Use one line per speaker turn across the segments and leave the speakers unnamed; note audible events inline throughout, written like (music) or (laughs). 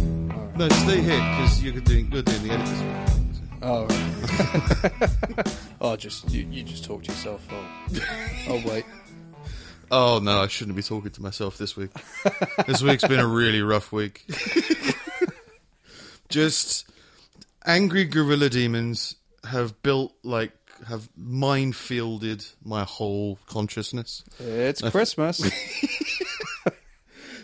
No, stay here because you're doing you're doing the editing.
Oh, right. oh, just you, you just talk to yourself. Oh, oh wait.
Oh no, I shouldn't be talking to myself this week. this week's been a really rough week. (laughs) Just angry gorilla demons have built like have minefielded my whole consciousness.
It's Christmas.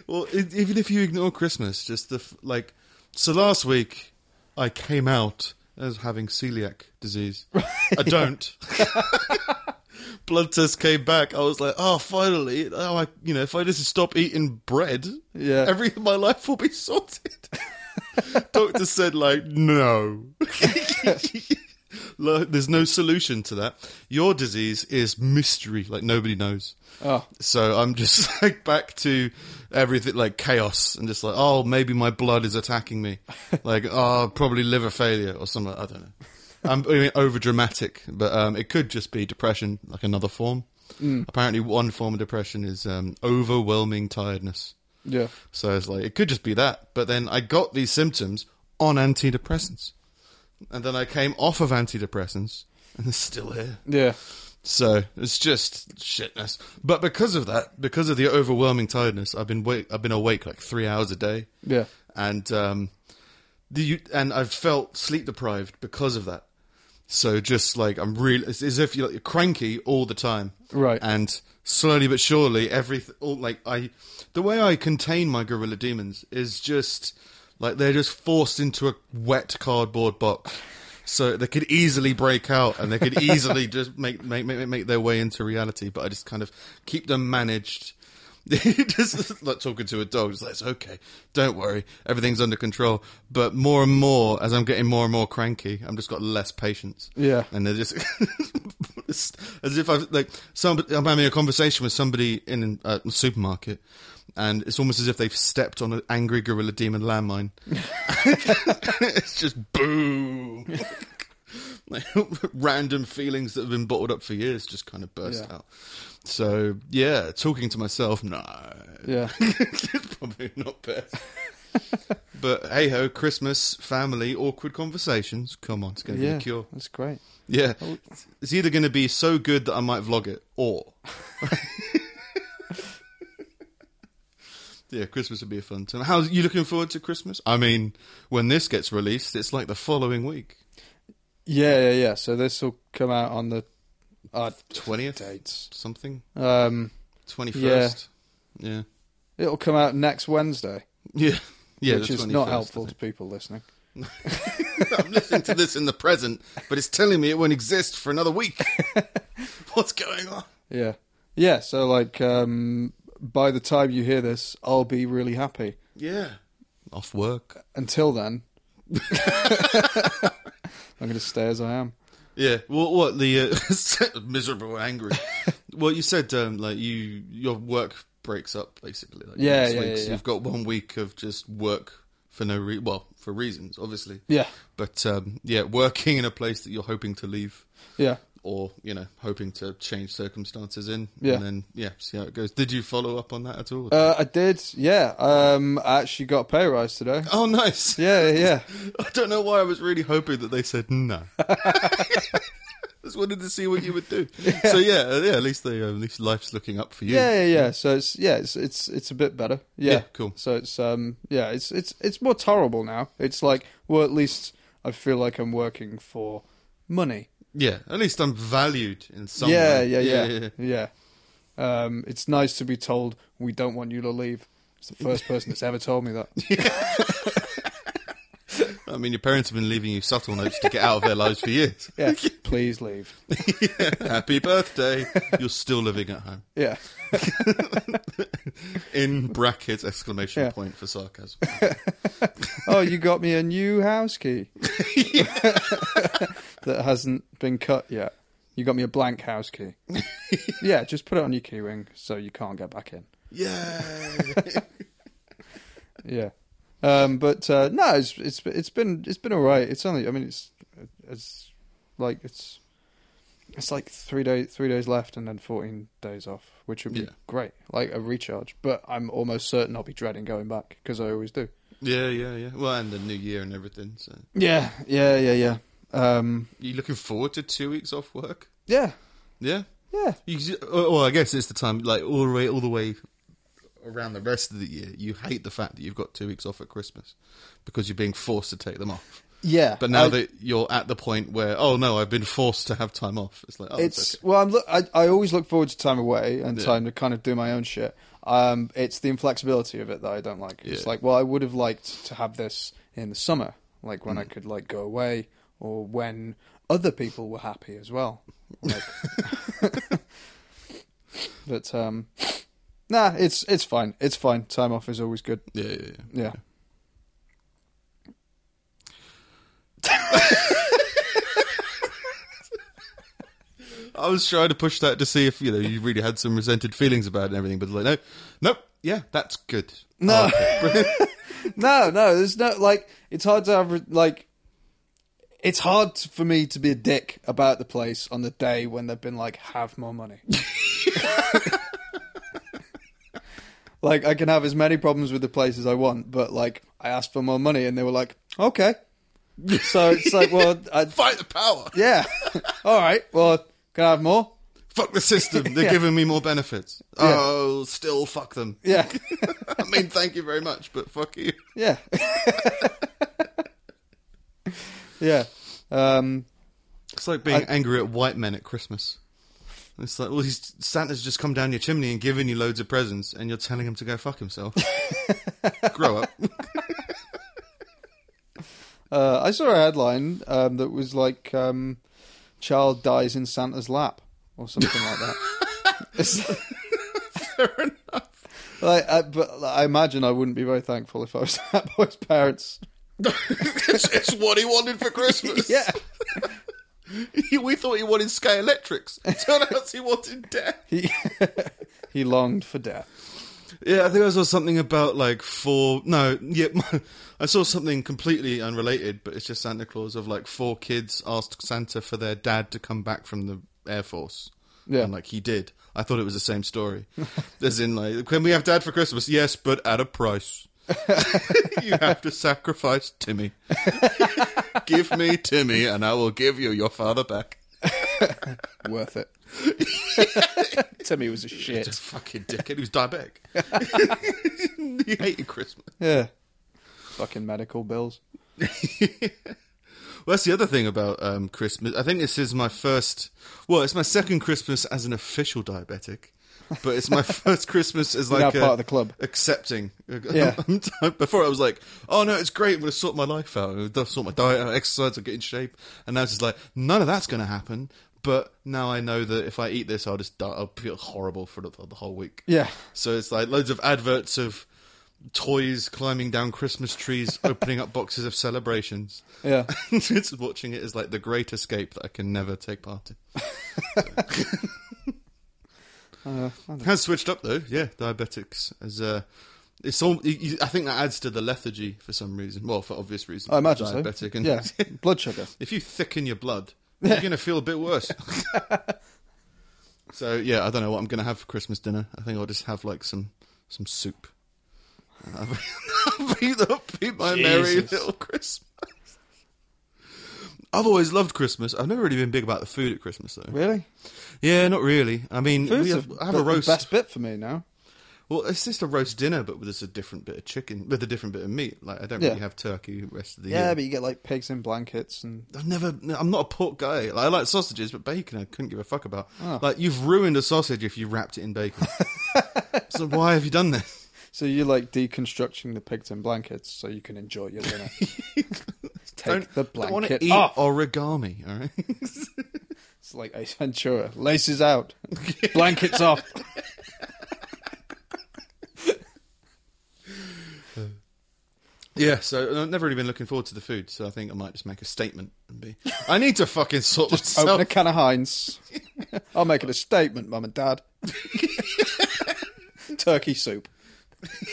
Well, e- even if you ignore Christmas, just the f- like. So last week, I came out as having celiac
(laughs)
disease. I don't. (laughs) Blood test came back. I was like, oh, finally! Oh, I, you know, if I just stop eating bread,
Yeah.
everything in my life will be (laughs) sorted. Doctor said, like, no. (laughs) Like, There's no solution to that. Your disease is mystery. Like nobody knows.
oh,
So I'm just (laughs) like back to everything like chaos and just like, oh, maybe my blood is attacking me. like, (laughs) oh, probably liver failure or something. I don't know. I'm being over dramatic, but um, it could just be depression, like another form. Apparently, one form of depression is um, overwhelming tiredness.
yeah.
So it's like, it could just be that. But then I got these symptoms on antidepressants. And then I came off of antidepressants and it's still here.
Yeah.
So it's just shitness. But because of that, because of the overwhelming tiredness, I've been wake, I've been awake like three hours a day,
Yeah.
and um, the you- and I've felt sleep deprived because of that. So just like I'm real, it's as if you're, you're cranky all the time,
Right.
And slowly but surely, every all, like I, the way I contain my gorilla demons is just like they're just forced into a wet cardboard box, so they could easily break out and they could easily just make make make make their way into reality. But I just kind of keep them managed. (laughs) just like talking to a dog, just like it's okay, don't worry, everything's under control. But more and more, as I'm getting more and more cranky, I'm just got less patience.
Yeah.
and they're just (laughs) it's as if I've like some. I'm having a conversation with somebody in a supermarket, and it's almost as if they've stepped on an angry gorilla demon landmine. (laughs) it's just boom. (laughs) Like, random feelings that have been bottled up for years just kind of burst
Yeah.
out. So yeah, talking to myself, no,
Yeah.
(laughs) probably not
(laughs)
best. but hey ho, Christmas, family, awkward conversations. Come on, it's going to be
Yeah.
a cure.
That's great.
Yeah,
Oh,
it's either going to be so good that I might vlog it,
(laughs)
or (laughs) yeah, Christmas would be a fun time. How's you looking forward to Christmas? I mean, when this gets released, it's like the following week,
Yeah, yeah, yeah. So this will come out on the odd
twentieth,
dates.
something,
Um,
twenty first. Yeah,
it'll come out next Wednesday,
yeah, yeah.
which
the
is not
21st,
helpful
I
to people listening.
(laughs) I'm listening to this in the present, but it's telling me it won't exist for another
(laughs)
week. What's going on?
Yeah. Yeah. So like, um, by the time you hear this, I'll be really happy.
Yeah. Off work.
Until then, (laughs) I'm going to stay as I am.
Yeah. What? What? The uh, (laughs) miserable, angry. well, you said um, like you your work breaks up basically. Like,
Yeah,
it's
yeah,
like,
yeah,
so
yeah.
You've got one week of just work for no re- well for reasons obviously.
Yeah.
But um, yeah, working in a place that you're hoping to leave.
Yeah.
Or you know, hoping to change circumstances in,
Yeah.
and then yeah, see how it goes. Did you follow up on that at all?
Uh, I did. Yeah. Um, I actually got a pay rise today.
oh, nice.
Yeah. Yeah.
I don't know why I was really hoping that they
(laughs)
said no. (laughs) Just wanted to see what you would do. So yeah, uh, yeah. At least they, uh, at least life's looking up for you.
Yeah, yeah, yeah. So it's yeah, it's it's it's a bit better. Yeah.
Yeah, cool.
So it's um yeah, it's it's it's more tolerable now. It's like well, at least I feel like I'm working for money.
Yeah, At least I'm valued in some
Yeah,
way.
yeah, yeah, yeah, Um, it's nice to be told we don't want you to leave. It's the first person that's ever told me (laughs) that.
I mean, your parents have been leaving you subtle notes to get out of their lives
(laughs)
for years.
Yeah, please leave.
(laughs) Happy birthday. You're still living at home.
Yeah,
In brackets, exclamation
Yeah.
point for sarcasm.
oh, you got me a new house (laughs) key that hasn't been cut yet. You got me a blank house (laughs) key. yeah, just put it on your key ring so you can't get back in.
Yeah.
Yeah, um, but uh, no, it's it's it's been it's been all right. It's only I mean it's it's like it's it's like three day three days left and then fourteen days off, which would be
Yeah.
great, like a recharge. But I'm almost certain I'll be dreading going back because I always do.
(laughs) Yeah, yeah, yeah. Well, and the new year and everything. So,
Yeah, yeah, yeah, yeah. Um,
you looking forward to two weeks off work?
yeah,
Yeah.
yeah,
You, uh, well, I guess it's the time, like all the way, all the way around the rest of the year. You hate the fact that you've got two weeks off at Christmas because you're being forced to take them off.
yeah.
But now
I-
that you're at the point where, oh no, I've been forced to have time off. It's like, oh, it's,
it's well, I'm look. I, I always look forward to time away and
Yeah.
time to kind of do my own shit. Um, it's the inflexibility of it that I don't like. It's
Yeah.
like, well, I would have liked to have this in the summer, like when I
Mm.
could like go away or when other people were happy as well.
(laughs)
Like, (laughs) but um, nah, it's it's fine. It's fine. Time off is always good.
okay. yeah, yeah, yeah.
Yeah.
I was trying to push that to see if you know you really had some resented feelings about it and everything, but like, no, nope, yeah, that's good. Oh,
No.
okay, brilliant.
No, no, there's no like. It's hard to have like. It's hard for me to be a dick about the place on the day when they've been like, have more money. like I can have as many problems with the place as I want, but like I asked for more money and they were like, okay. So it's like, well, I,
fight the power.
yeah, (laughs) all right. Well, can I have more?
Fuck the system. They're
Yeah.
giving me more benefits. Oh, still fuck them.
Yeah,
(laughs)
(laughs)
I mean, thank you very much, but fuck you.
yeah, (laughs) yeah. Um,
It's like being angry at white men at Christmas. It's like, well, he's, Santa's just come down your chimney and given you loads of presents, and you're telling him to go fuck himself. Grow up.
Uh, I saw a headline um, that was like um, "Child dies in Santa's lap" or something like (laughs) that. (laughs) It's- Like, I, but like, I imagine I wouldn't be very thankful if I was (laughs) that boy's parents.
it's, it's what he wanted for Christmas.
Yeah,
(laughs) we thought he wanted Sky Electrics. Turned out he wanted death.
he (laughs) he longed for death.
Yeah, I think I saw something about like four. No, yeah, (laughs) I saw something completely unrelated, but it's just Santa Claus of like four kids asked Santa for their dad to come back from the Air Force.
Yeah.
and like he did. I thought it was the same story. (laughs) As in, like, can we have dad for Christmas? Yes, but at a price. (laughs) you have to sacrifice Timmy. (laughs) give me Timmy, and I will give you your father back.
Worth (laughs) it. Timmy was a shit.
Just fucking dickhead who's diabetic. (laughs) he hated Christmas.
Yeah, fucking medical bills.
Well, that's the other thing about um, Christmas. I think this is my first. Well, it's my second Christmas as an official diabetic, but it's my (laughs) first Christmas as
now
like
part of the club.
accepting. (laughs)
Yeah.
Before I was like, "Oh no, it's great. I'm going to sort my life out. I'm gonna sort my diet, out, exercise, I'll get in shape." And now it's just like, none of that's going to happen. But now I know that if I eat this, I'll just die. I'll feel horrible for the, the whole week.
Yeah,
So it's like loads of adverts of toys climbing down Christmas
(laughs)
trees, opening up boxes of celebrations.
yeah.
(laughs) it's watching it as like the great escape that I can never take part in.
Uh, I
Has switched up though, yeah. Diabetics as uh, it's all. you- you- I think that adds to the lethargy for some reason. Well, for obvious reasons.
I imagine so.
diabetic, and (laughs)
yeah, blood sugar.
if you thicken
(laughs)
your blood, you're going to feel a bit worse. so yeah, I don't know what I'm going to have for Christmas dinner. I think I'll just have like some some soup. (laughs) I'll be, (laughs) I'll be my merry
Jesus.
little Christmas. I've always loved Christmas. I've never really been big about the food at Christmas though.
Really?
Yeah, not really. I mean, we
Food's
have,
the-
I have a
the
roast.
best bit for me now.
Well, it's just a roast dinner, but with just a different bit of chicken, with a different bit of meat. Like I don't
Yeah.
really have turkey the rest of the
Yeah,
year.
but you get like pigs in blankets and
I've never. no, I'm not a pork guy. Like, I like sausages, but bacon I couldn't give a fuck about.
Oh.
Like you've ruined a sausage if you wrapped it
(laughs)
in bacon. so why have you done this?
So you're like deconstructing the pigs in blankets so you can enjoy your dinner. (laughs) Take the
I want
blanket
to eat
off.
origami. All right. (laughs)
It's like Ace Ventura. Laces out. (laughs) blankets off.
yeah. So I've never really been looking forward to the food. So I think I might just make a statement and be. I need to fucking sort myself.
Open a can of (laughs) Heinz. I'll make it a statement, Mum and (laughs) Dad. Turkey soup.
(laughs)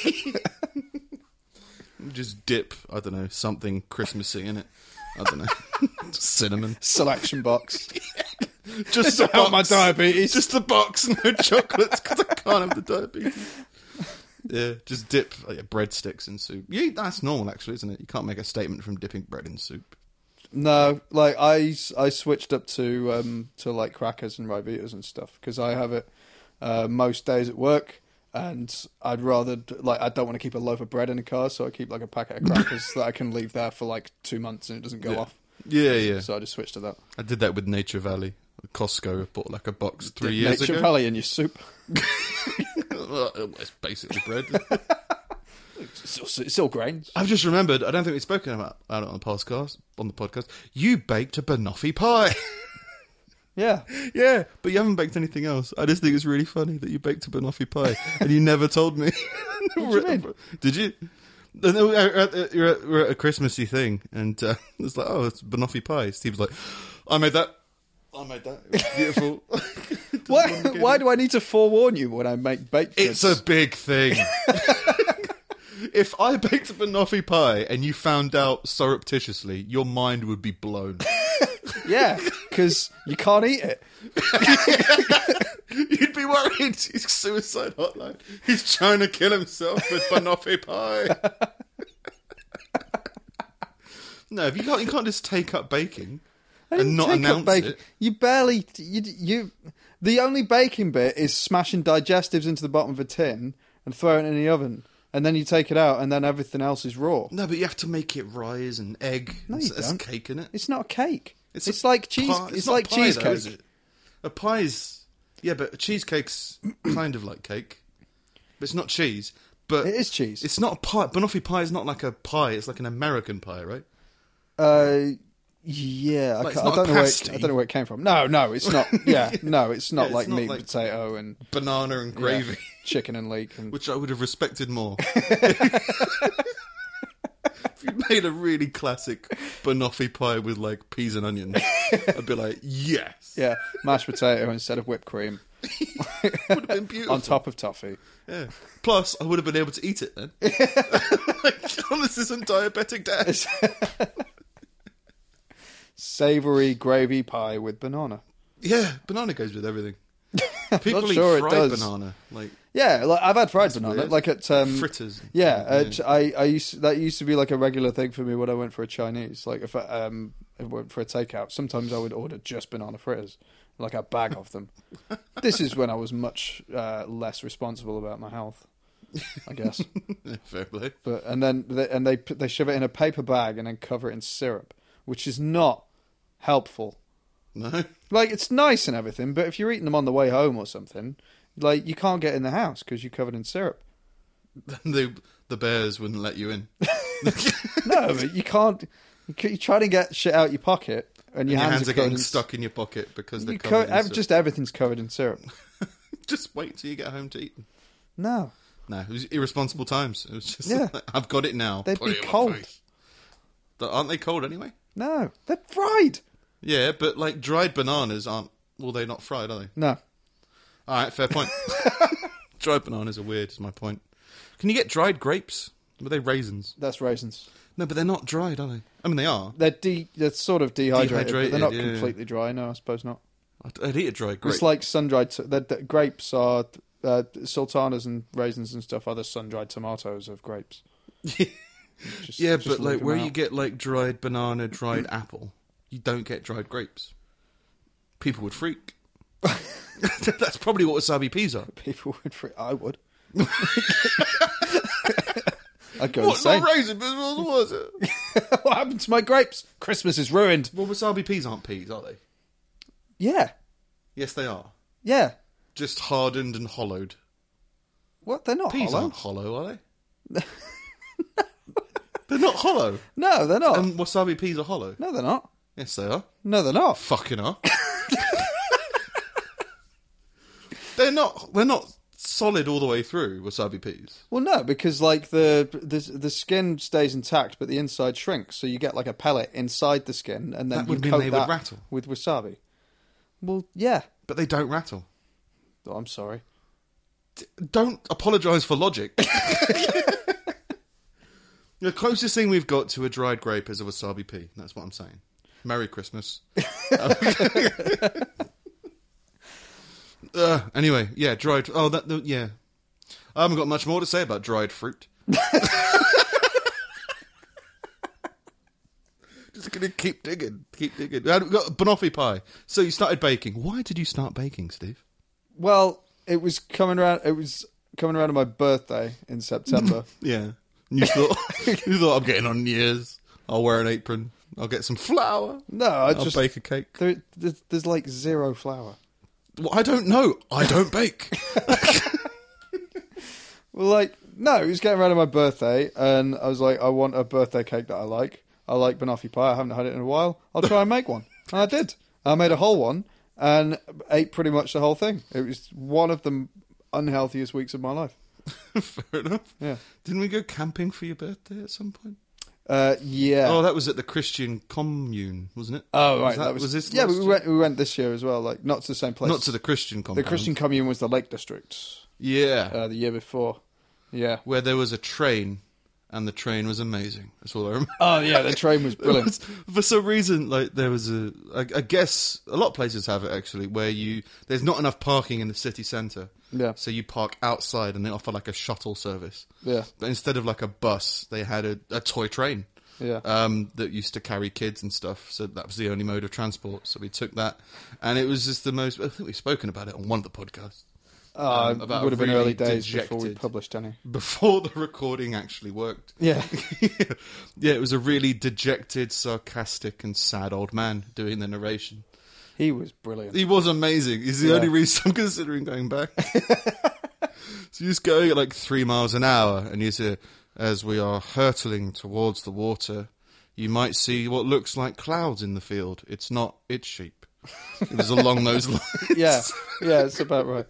Just dip. I don't know something Christmassy in it. I don't know. (laughs) Cinnamon.
Selection box.
Just (laughs)
to help my diabetes.
Just the box, no chocolates, because I can't have the diabetes. Yeah, just dip like, breadsticks in soup. Yeah, that's normal, actually, isn't it? You can't make a statement from dipping bread in soup.
No, like I, I switched up to um to like crackers and Rivitas and stuff because I have it uh, most days at work, and I'd rather d- like I don't want to keep a loaf of bread in the car, so I keep like a packet
(laughs)
of crackers that I can leave there for like two months and it doesn't go
Yeah.
off.
Yeah, yeah.
So I just switched to that.
I did that with Nature Valley. Costco I bought like a box three
Dip
years
Nature
ago.
Valley in your soup.
it's basically bread. (laughs)
It's still, it's still grains.
I've just remembered. I don't think we've spoken about, about it on the podcast. On the podcast, you baked a banoffee pie.
Yeah,
yeah, but you haven't baked anything else. I just think it's really funny that you baked a banoffee pie and you never told me.
(laughs) What do you mean?
Did you? And then we were at, we were at- we were at a Christmassy thing, and uh, (laughs) it's like, oh, it's banoffee pie. Steve's like, I made that. I made that. It was
(laughs)
beautiful. (laughs)
why (laughs) why do I need to forewarn you when I make baked goods?
It's a big
(laughs)
thing. (laughs) if I baked a banoffee pie and you found out surreptitiously, your mind would be blown.
yeah, because you can't eat it.
You'd be worried. (laughs) He's suicide hotline. He's trying to kill himself with banoffee pie. (laughs) no, if you can't, you can't just take up baking
I didn't
and not
take up
announce
baking.
it.
You barely you you. The only baking bit is smashing digestives into the bottom of a tin and throwing it in the oven, and then you take it out, and then everything else is raw.
No, but you have to make it rise and egg. No,
you
There's
don't.
cake in it.
It's not a cake. It's,
a
like cheese.
pie-
It's,
not
like
pie, though,
cheesecake.
is it? A pie's yeah, but a cheesecake's (clears throat) kind of like cake. But it's not cheese. But
It is cheese.
It's not a pie. Banoffee pie is not like a pie. It's like an American pie, right?
Uh, yeah, I,
Like, it's
ca-
not
I
a
don't know. Where it,
pasty.
I don't know where it came from. No, no, it's not.
(laughs)
Yeah, no, it's not
it's
like
not
meat,
like-
and potato, and
Banana and
yeah,
gravy, (laughs)
chicken and leek, and
which I would have
(laughs)
respected more. if you made a really classic banoffee pie with like peas and onions, I'd be like, yes, (laughs)
yeah, mashed potato instead of whipped cream
would have been beautiful. (laughs)
on top of toffee.
Yeah. Plus, I would have been able to eat
(laughs)
it then. (laughs) like, this isn't diabetic dad.
Savory gravy pie with banana.
Yeah, banana goes
(laughs)
with everything. People
not
eat
sure it
fried
does.
banana, like
Yeah, like I've had fried banana,
weird.
like at um,
fritters.
Yeah, uh, at, I I used that used to be like a regular thing for me when I went for a Chinese. Like if I, um if I went for a takeout, sometimes I would order just banana fritters, like a bag of them. this is when I was much uh, less responsible about my health, I guess.
(laughs) Fair play.
but and then they, and they put- they shove it in a paper bag and then cover it in syrup, which is not helpful.
No. (laughs)
Like it's nice and everything, but if you're eating them on the way home or something, like you can't get in the house because you're covered in syrup.
the the bears wouldn't let you in.
(laughs) No, but you can't. You c- you try to get shit out your pocket, and your,
Your hands, are
covered
getting
in-
stuck in your pocket because they're
You co-
covered in
ev-
syrup.
just everything's covered in syrup.
Just wait till you get home to eat them.
No,
No, it was irresponsible times. It was just
Yeah.
like, (laughs) I've got it now.
They'd
Put
be
it in my
cold.
face. Th- Aren't they cold anyway?
no, they're fried.
Yeah, but like dried bananas aren't. Well, they're not fried, are they?
No,
All right,
(laughs)
fair point. dried bananas are weird. Is my point. Can you get dried grapes? Were they raisins?
that's raisins.
No, but they're not dried, are they? I mean, they are.
They're de- they're sort of dehydrated. but
Dehydrated,
they're not
yeah.
completely dry. No, I suppose not.
I'd, I'd eat a dried grape.
It's like sun dried. T- they're- they're- grapes are uh, sultanas and raisins and stuff are the sun dried tomatoes of
(laughs)
grapes. Just-
yeah,
just leave
but like
them
where
out.
you get like dried banana, dried (clears throat) apple, you don't get dried grapes. People would (laughs) freak. That's probably what wasabi peas are.
people would. Fr- I
(laughs)
would. (laughs) I'd go
What?
insane.
Not raisin, but what was it?
what happened to my grapes? Christmas is ruined.
(laughs) well, wasabi peas aren't peas, are they?
Yeah,
Yes, they are.
yeah.
Just hardened and hollowed.
What? They're not
Peas
hollow.
aren't hollow, are (laughs) they? (laughs) they're not hollow.
No, they're not.
And wasabi peas are hollow.
no, they're not.
Yes, they are.
No, they're not.
Fucking (laughs) are. they're not. They're not solid all the way through wasabi peas.
Well, no, because like the the the skin stays intact, but the inside shrinks, so you get like a pellet inside the skin, and then
That
you
would mean
coat
they would
that
rattle.
with wasabi. Well, yeah.
but they don't rattle.
Oh, I'm sorry.
D- Don't apologise for logic. the closest thing we've got to a dried grape is a wasabi pea. That's what I'm saying. Merry Christmas. uh, anyway, yeah, dried. Oh, that the, yeah. I haven't got much more to say about dried fruit. Just gonna keep digging, keep digging. We had- we got banoffee pie. So you started baking. Why did you start baking, Steve?
Well, it was coming around. It was coming around to my birthday in September.
Yeah,
(laughs)
you thought you thought I'm getting on years. I'll wear an apron. I'll get some flour.
No, I
I'll
just
bake a cake.
there, there's, there's like zero flour.
Well, I don't know. I
(laughs)
don't bake.
Well, like no, it was getting around to my birthday, and I was like, I want a birthday cake that I like. I like banoffee pie. I haven't had it in a while. I'll try and make one. And I did. I made a whole one and ate pretty much the whole thing. It was one of the unhealthiest weeks of my life.
Fair enough.
Yeah.
Didn't we go camping for your birthday at some point?
Uh, yeah.
Oh, that was at the Christian commune, wasn't it?
Oh, right.
Was that, was, this?
Yeah,
last
but we
year?
went. We went this year as well. Like not to the same place.
Not to the Christian
the
compound.
Christian commune was the Lake District
Yeah,
uh, the year before. Yeah.
where there was a train, and the train was amazing. That's all I remember.
Oh yeah, the train was
It (laughs)
brilliant.
was- for some reason, like there was a, I, I guess a lot of places have it actually, where you there's not enough parking in the city centre.
Yeah.
So you park outside, and they offer like a shuttle service.
Yeah.
But instead of like a bus, they had a, a toy train.
Yeah.
um, that used to carry kids and stuff. So that was the only mode of transport. So we took that, and it was just the most. I think we've spoken about it on one of the podcasts
Uh,
um, about
would have been
really
early days before we
dejected-
published any.
before (laughs) the recording actually worked.
Yeah.
(laughs) yeah, it was a really dejected, sarcastic, and sad old man doing the narration.
He was brilliant.
He was amazing. He's the
Yeah.
only reason I'm (laughs) considering
(laughs)
going back. so you just go at like three miles an hour, and you see, as we are hurtling towards the water, you might see what looks like clouds in the field. It's not, it's sheep. It was along those (laughs) lines.
Yeah, yeah, it's about right.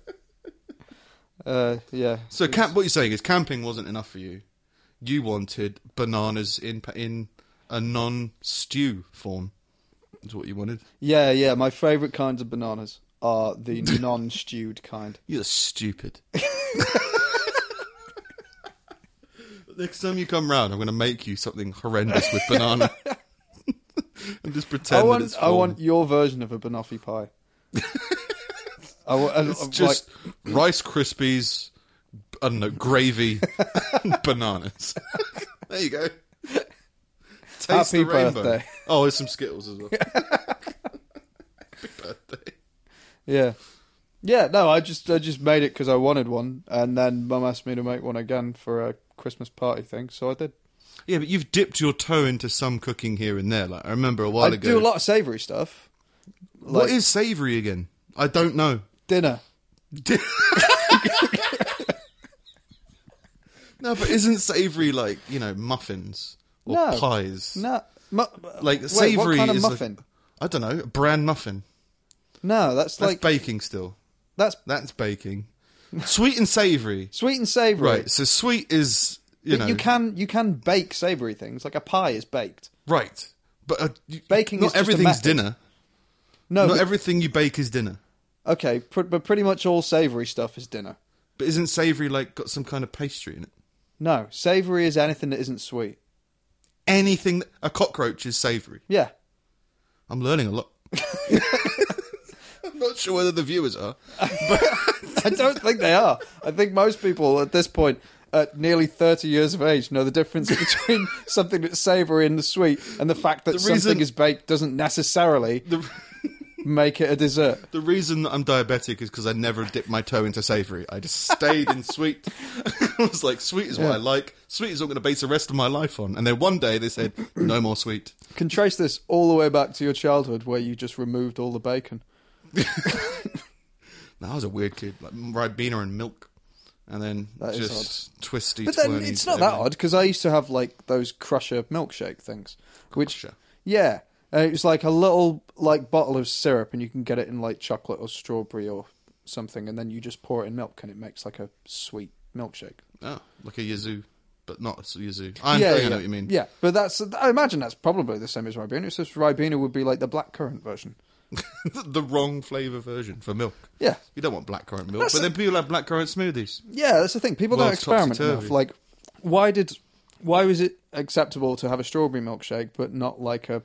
Uh, yeah,
So camp, what you're saying is camping wasn't enough for you. You wanted bananas in pa- in a non-stew form. Is what you wanted.
yeah, yeah. My favourite kinds of bananas are (laughs) the non-stewed kind.
You're stupid. (laughs) Next time you come round, I'm going to make you something horrendous with banana. (laughs) and just pretend
I
that
want,
it's
I
formed.
want your version of a banoffee pie. (laughs) I uh, want,
It's just Rice Krispies, I don't know, gravy, (laughs) and bananas. (laughs) there you go. Taste
Happy
the rainbow.
birthday.
Oh, there's some Skittles as well. Happy birthday.
Yeah. Yeah, no, I just I just made it because I wanted one, and then Mum asked me to make one again for a Christmas party thing, so I did.
Yeah, but you've dipped your toe into some cooking here and there. Like I remember a while
I
ago.
do a lot of savoury stuff,
what
like
is savoury again? I don't know.
dinner.
no, but isn't savoury like you know muffins or
No.
pies?
No, mu-
Like
wait,
savoury
what kind of
is like-
muffin?
I don't know. Bran muffin.
No, that's,
That's
like
baking still.
that's
That's baking. Sweet and savoury.
sweet and savoury.
Right. So sweet is you
But
know
you can you can bake savoury things like a pie is baked.
right, but uh, you-
Baking
Not
is just a
everything's
method.
dinner.
No,
not
but-
everything you bake is dinner.
okay, pr- but pretty much all savoury stuff is dinner.
But isn't savoury like got some kind of pastry in it?
No, savoury is anything that isn't sweet.
Anything that- a cockroach is savoury.
Yeah, (laughs)
I'm learning a lot. I'm not sure whether the viewers are.
I don't think they are. I think most people at this point, at nearly 30 years of age, know the difference (laughs) between something that's savoury and the sweet, and the fact that
reason-
something is baked doesn't necessarily make it a dessert.
The reason that I'm diabetic is because I never dipped my toe into savoury. I just stayed in sweet. (laughs) I was like, sweet is what I like. Sweet is what I'm going to base the rest of my life on. And then one day they said, no more sweet.
You can trace this all the way back to your childhood where you just removed all the bacon.
Now, I was a weird kid. Like ribena and milk. And then
That is
just twisty,
But then
twirly,
it's not that odd because I used to have like those crusher milkshake things, which
Crusher.
yeah, and it was like a little like bottle of syrup, and you can get it in like chocolate or strawberry or something, and then you just pour it in milk, and it makes like a sweet milkshake.
Oh, like a yazoo, but not a yazoo. I, I know what you mean.
Yeah, but that's I imagine that's probably the same as Ribena. It's just Ribena would be like the blackcurrant version.
(laughs) the wrong flavour version for milk.
Yeah,
You don't want blackcurrant milk,
That's
but
a-
then people have blackcurrant smoothies.
yeah, that's the thing. People don't
World's
experiment
topsy-turvy.
enough. Like, why did Why was it acceptable to have a strawberry milkshake but not like a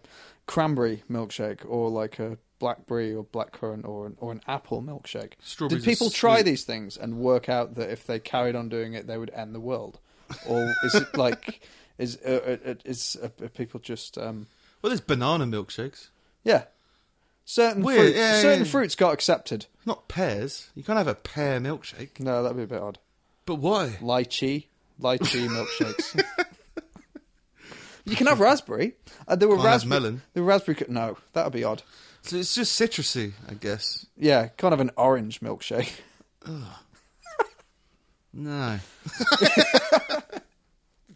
cranberry milkshake or like a blackberry or blackcurrant or an, or an apple milkshake? Did
Strawberries are
people try
sweet.
these things and work out that if they carried on doing it, they would end the world? Or is
(laughs)
it like is uh, uh, uh, is uh, uh, people just um,
Well, there's banana milkshakes,
yeah? Certain
Weird,
fruit,
yeah,
certain
yeah.
fruits got accepted.
not pears. You can't have a pear milkshake.
No, that'd be a bit odd.
But why?
lychee,
(laughs)
lychee milkshakes. you can have raspberry. Uh, there were
Can't have
raspberry.
melon.
The raspberry. co- No, that would be odd.
So it's just citrusy, I guess.
Yeah, can't have an orange milkshake. (laughs)
No. (laughs)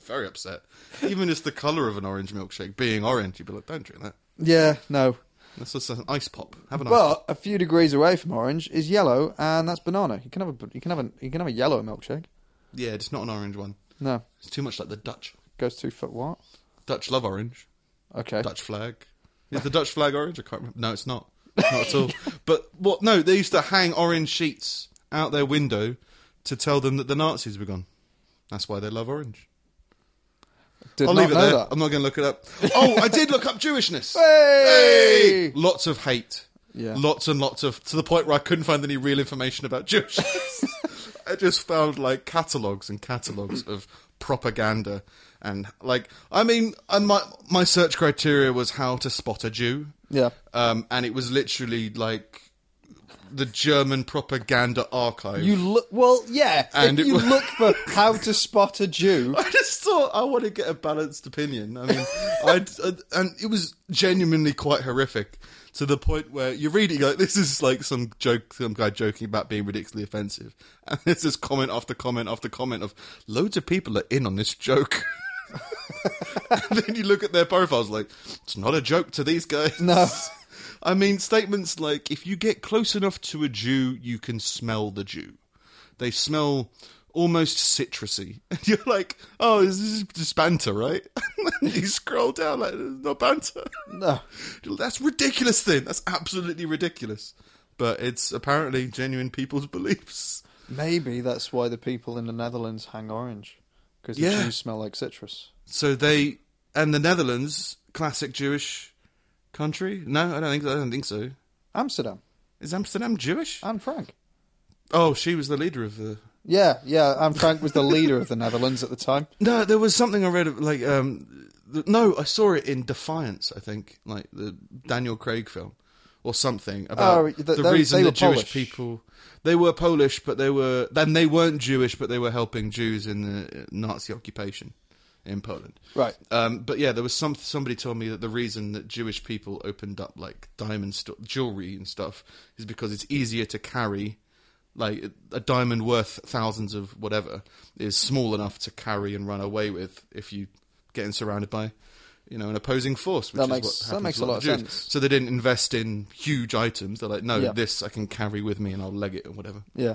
Very upset. Even just the colour of an orange milkshake being orange, you'd be like, don't drink that.
Yeah, no.
That's just an ice pop. Have an ice pop.
But a few degrees away from orange is yellow, and that's banana. You can have a you can have a you can have a yellow milkshake.
Yeah, just not an orange one.
No,
It's too much like the Dutch.
goes too foot what?
Dutch love orange.
Okay,
Dutch flag. Is the Dutch flag orange? I can't remember. No, it's not. Not at all. (laughs) But what? No, they used to hang orange sheets out their window to tell them that the Nazis were gone. That's why they love orange.
did
I'll
not
leave it
know
there.
that.
I'm not going to look it up. Oh, I did look up Jewishness.
(laughs) Hey!
Lots of hate.
Yeah.
Lots and lots of to the point where I couldn't find any real information
(laughs)
about Jewishness. I just found like catalogs and catalogs of propaganda and like I mean and my my search criteria was how to spot a Jew.
Yeah.
Um and it was literally like the German propaganda archive.
You look well, yeah.
And
if
it
you
was-
look
(laughs)
for how to spot a Jew.
I just thought I want to get a balanced opinion. I mean, I and it was genuinely quite horrific to the point where you read it, you go, "This is like some joke, some guy joking about being ridiculously offensive," and there's just comment after comment after comment of loads of people are in on this joke. (laughs) and (laughs) then you look at their profiles, like it's not a joke to these guys.
No.
(laughs) I mean statements like if you get close enough to a Jew, you can smell the Jew. They smell almost citrusy, (laughs) and you're like, oh, this is just banter, right? (laughs) and you scroll down like there's no banter. (laughs)
No.
That's ridiculous. Thing that's absolutely ridiculous. But it's apparently genuine people's (laughs) beliefs.
Maybe that's why the people in the Netherlands hang orange because the
Yeah.
Jews smell like citrus.
So they and the Netherlands, classic Jewish country. No, I don't think. I don't think so.
Amsterdam,
Is Amsterdam Jewish?
Anne Frank.
Oh, she was the leader of the
Yeah, yeah. Anne Frank was the leader of the Netherlands at the time.
No, there was something I read of, like um, th- no, I saw it in Defiance, I think, like the Daniel Craig film or something about
Oh, th-
the
they-
reason
they were
that Jewish
Polish.
people they were Polish, but they were then they weren't Jewish, but they were helping Jews in the uh, Nazi occupation in Poland.
Right.
Um, but yeah, there was some somebody told me that the reason that Jewish people opened up like diamond st- jewelry and stuff is because it's easier to carry. Like a diamond worth thousands of whatever is small enough to carry and run away with if you getting surrounded by, you know, an opposing force. Which
That
is
makes-
what
that
happened
makes
to
a lot
Jews.
of sense.
So they didn't invest in huge items. They're like, no,
Yeah.
this I can carry with me and I'll leg it or whatever.
Yeah,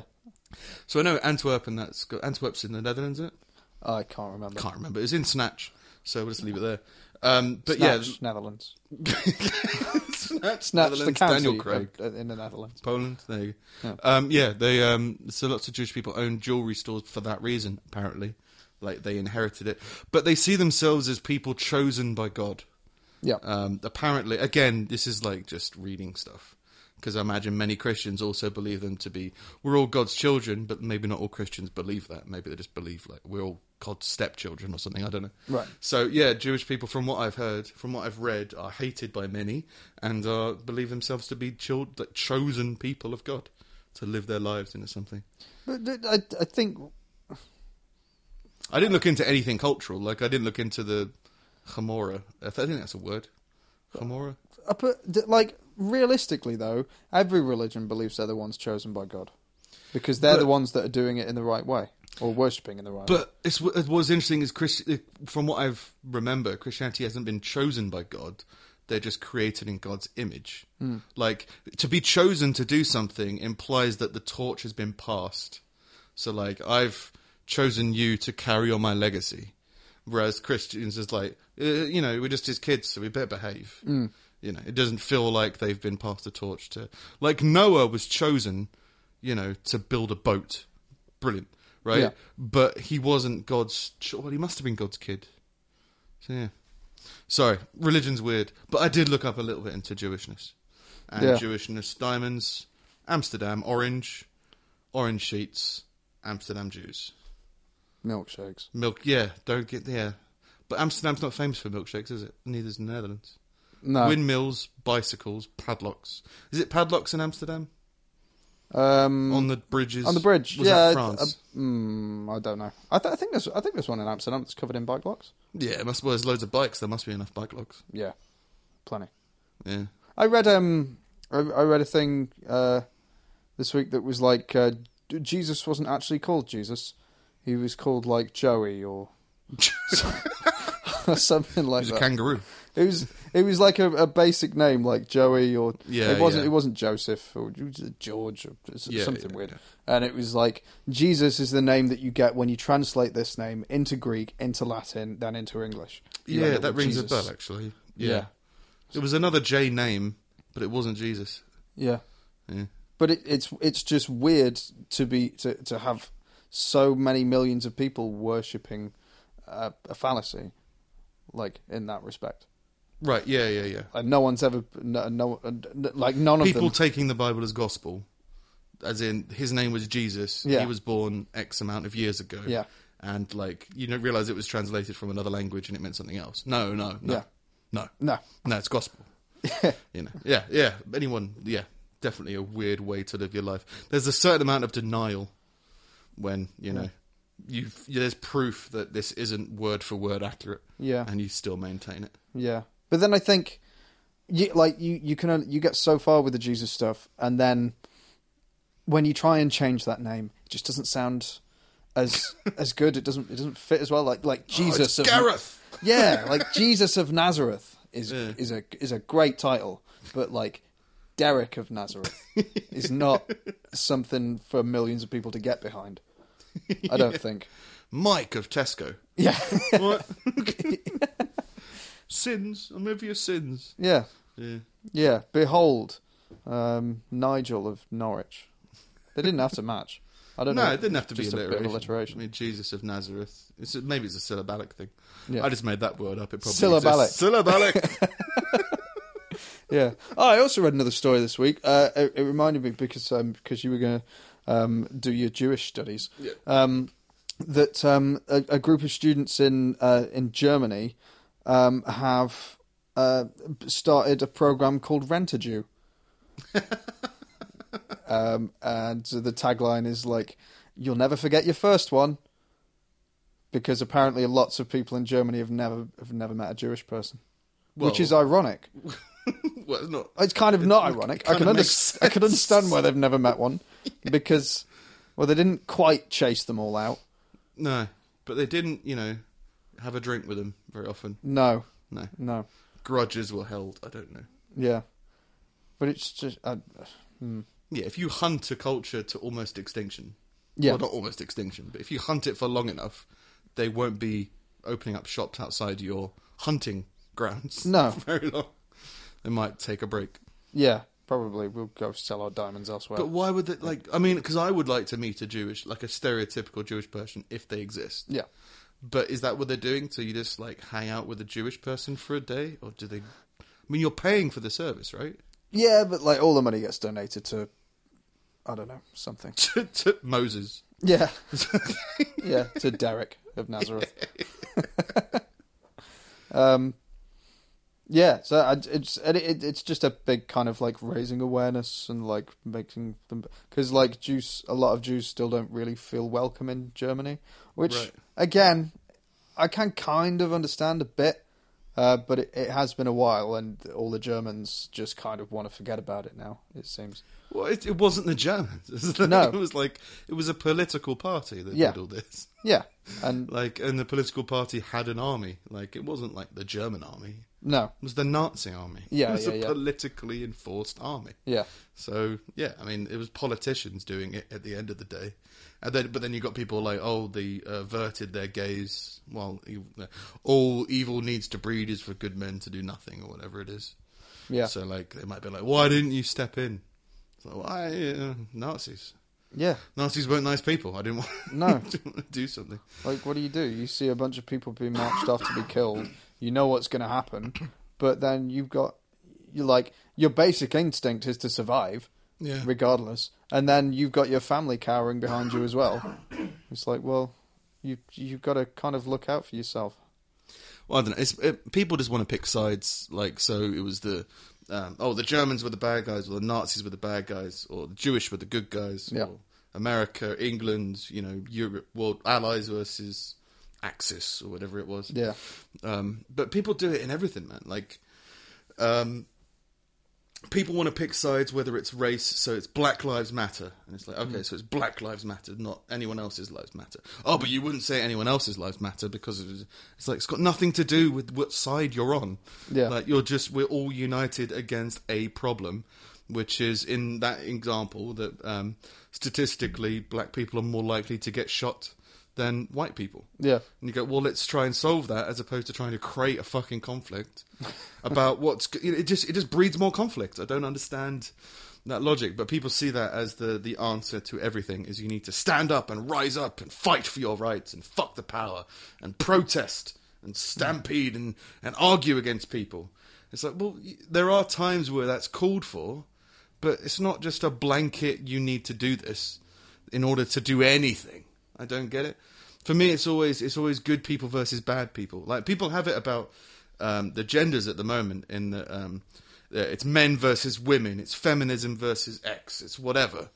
So I know Antwerp and that's got, Antwerp's in the Netherlands, isn't it?
I can't remember.
can't remember. It was in Snatch, so we'll just leave it there. Um, but
Snatch,
(laughs)
Netherlands.
yeah, Snatch,
Snatch the
Netherlands,
county
Daniel Craig,
of- in the Netherlands.
Poland. There you go.
Yeah.
Um, yeah, they um, so lots of Jewish people own jewelry stores for that reason. Apparently, like they inherited it, but they see themselves as people chosen by God.
Yeah,
Um, apparently, again, this is like just reading stuff because I imagine many Christians also believe them to be we're all God's children, but maybe not all Christians believe that. Maybe they just believe like we're all God's stepchildren or something. I don't know.
Right.
So yeah, Jewish people, from what I've heard, from what I've read, are hated by many and uh, believe themselves to be chil- like, chosen people of God to live their lives into something.
but th- I, I think
I didn't look into anything cultural. Like I didn't look into the Chamora. I th- I think that's a word. Chamora.
I put- d- like realistically though, every religion believes they're the ones chosen by God because they're
But-
the ones that are doing it in the right way or worshiping in the right. way.
But it's it was interesting is Christi- from what I've remember, Christianity hasn't been chosen by God. They're just created in God's image. Like to be chosen to do something implies that the torch has been passed. So like I've chosen you to carry on my legacy, whereas Christians is like uh, you know we're just his kids, so we better behave. You know it doesn't feel like they've been passed the torch to. Like Noah was chosen, you know, to build a boat. Brilliant, right?
Yeah.
but he wasn't God's. ch- Well, he must have been God's kid. So yeah. Sorry, religion's weird, but I did look up a little bit into Jewishness. And
Yeah.
Jewishness, diamonds, Amsterdam, orange, orange sheets, Amsterdam Jews.
Milkshakes.
Milk, yeah, don't get, yeah. But Amsterdam's not famous for milkshakes, is it? Neither's the Netherlands.
No.
Windmills, bicycles, padlocks. Is it padlocks in Amsterdam?
um,
On the bridges?
on the bridge.
Was
yeah.
that
I-
France?
I, mm, I don't know. I, th- I think there's I think there's one in Amsterdam that's covered in bike locks.
yeah, it must, well, there's loads of bikes. There must be enough bike locks.
Yeah, plenty.
(laughs) Yeah.
I read um I, I read a thing uh this week that was like uh, Jesus wasn't actually called Jesus. He was called like Joey or (laughs) something like
He's a
that.
kangaroo.
It was it was like a, a basic name like Joey or
Yeah,
it wasn't
yeah.
it wasn't Joseph or it was George or s-
Yeah,
something
yeah,
weird.
yeah.
And it was like Jesus is the name that you get when you translate this name into Greek, into Latin, then into English. You
Yeah,
end up
that
with
rings
Jesus.
a bell, actually. Yeah.
Yeah.
It was another J name, but it wasn't Jesus.
Yeah.
Yeah.
But it, it's it's just weird to be to, to have so many millions of people worshipping uh, a fallacy, like in that respect,
Right, yeah, yeah, yeah.
and no one's ever no, no like none of
People
them.
taking the Bible as gospel, as in his name was Jesus,
Yeah.
he was born X amount of years ago.
Yeah.
And, like, you don't realize it was translated from another language and it meant something else. No, no, no.
Yeah.
No.
No,
No,
(laughs)
it's gospel. you know, yeah, yeah. Anyone, yeah, definitely a weird way to live your life. There's a certain amount of denial when you know you there's proof that this isn't word for word accurate,
yeah,
and you still maintain it.
yeah. But then I think, you, like you you can only, you get so far with the Jesus stuff, and then when you try and change that name, it just doesn't sound
(laughs)
as as good. It doesn't it doesn't fit as well. Like like Jesus
oh, it's
of-
Gareth.
(laughs) Yeah, like Jesus of Nazareth is
Yeah.
is a is a great title, but like Derek of
(laughs)
Nazareth is not something for millions of people to get behind. I
(laughs)
don't think.
Mike
(laughs)
of Tesco.
Yeah, (laughs)
What? sins. I'm over your sins.
yeah,
Yeah.
yeah. Behold, um, Nigel of Norwich. They didn't have to match. I don't know.
No, it didn't have to be
just
alliteration.
A bit of alliteration.
I mean, Jesus of Nazareth. It's a, maybe it's a syllabic thing.
Yeah.
I just made that word up. It probably
Syllabic.
Exists. Syllabic.
(laughs) Yeah. Oh, I also read another story this week. Uh, it, it reminded me because um, because you were going to um, do your Jewish studies.
Yeah.
Um, that um, a, a group of students in uh, in Germany um, have uh, started a program called Rent a
(laughs)
Jew. um, and the tagline is like, "You'll never forget your first one," because apparently lots of people in Germany have never have never met a Jewish person, which
Well-
is ironic.
(laughs) well, it's not.
It's kind of not ironic. I
kinda
can, under-
makes
I can understand why they've never
(laughs)
met one because, well, they didn't quite chase them all out.
No, but they didn't, you know, have a drink with him very often.
No,
No,
no,
grudges were held. I don't know.
yeah, but it's just, uh, hmm.
Yeah, if you hunt a culture to almost extinction,
yeah,
well, not almost extinction, but if you hunt it for long enough, they won't be opening up shops outside your hunting grounds.
No.
for (laughs) very long. They might take a break.
yeah. Probably we'll go sell our diamonds elsewhere.
But why would they like? I mean, because I would like to meet a Jewish, like a stereotypical Jewish person, if they exist.
yeah,
But is that what they're doing? So you just like hang out with a Jewish person for a day, or do they? I mean, you're paying for the service, right? (laughs)
yeah, but like all the money gets donated to, I don't know, something.
to, to Moses.
Yeah, (laughs) yeah, to Derek of Nazareth. (laughs) um, yeah. So I, it's and it, it's just a big kind of like raising awareness and like making them because like Jews, a lot of Jews still don't really feel welcome in Germany, which
Right.
again I can kind of understand a bit. Uh, but it, it has been a while, and all the Germans just kind of want to forget about it now. It seems.
Well, it, it wasn't the Germans. (laughs) It was like-
No.
it was like it was a political party that
Yeah.
did all this. (laughs)
Yeah, and
Like, and the political party had an army. Like, it wasn't like the German army.
no,
It was the Nazi army.
Yeah,
it was
yeah,
a
yeah.
politically enforced army.
yeah,
So yeah, I mean, it was politicians doing it at the end of the day, and then but then you got people like, oh, they averted their gaze. Well, you- all evil needs to breed is for good men to do nothing, or whatever it is.
yeah,
So like, they might be like, why didn't you step in? It's like, why uh, Nazis?
yeah.
Nazis weren't nice people. I didn't (laughs) want,
No.
didn't want to do something.
Like, what do you do? You see a bunch of people being marched off to be killed. You know what's going to happen, but then you've got you like your basic instinct is to survive,
Yeah.
regardless. And then you've got your family cowering behind you as well. It's like, well, you you've got to kind of look out for yourself.
Well, I don't know. It's, it, people just want to pick sides. Like, so it was the um, oh, the Germans were the bad guys, or the Nazis were the bad guys, or the Jewish were the good guys,
Yeah.
or America, England, you know, Europe, world allies versus Axis or whatever it was.
Yeah,
Um, but people do it in everything, man. Like, um, people want to pick sides, whether it's race, so it's Black Lives Matter, and it's like, okay, so it's Black Lives Matter, not anyone else's lives matter. Oh, but you wouldn't say anyone else's lives matter because it- it's like it's got nothing to do with what side you're on.
Yeah.
like you're just we're all united against a problem. Which is in that example that um, statistically black people are more likely to get shot than white people.
yeah,
And you go, well, let's try and solve that as opposed to trying to create a fucking conflict about what's. You know, it just it just breeds more conflict. I don't understand that logic, but people see that as the the answer to everything is you need to stand up and rise up and fight for your rights and fuck the power and protest and stampede and and argue against people. It's like, well, y- there are times where that's called for, but it's not just a blanket. You need to do this in order to do anything. I don't get it. For me, it's always it's always good people versus bad people. Like people have it about um, the genders at the moment. In the um, uh, it's men versus women, it's feminism versus X, it's whatever,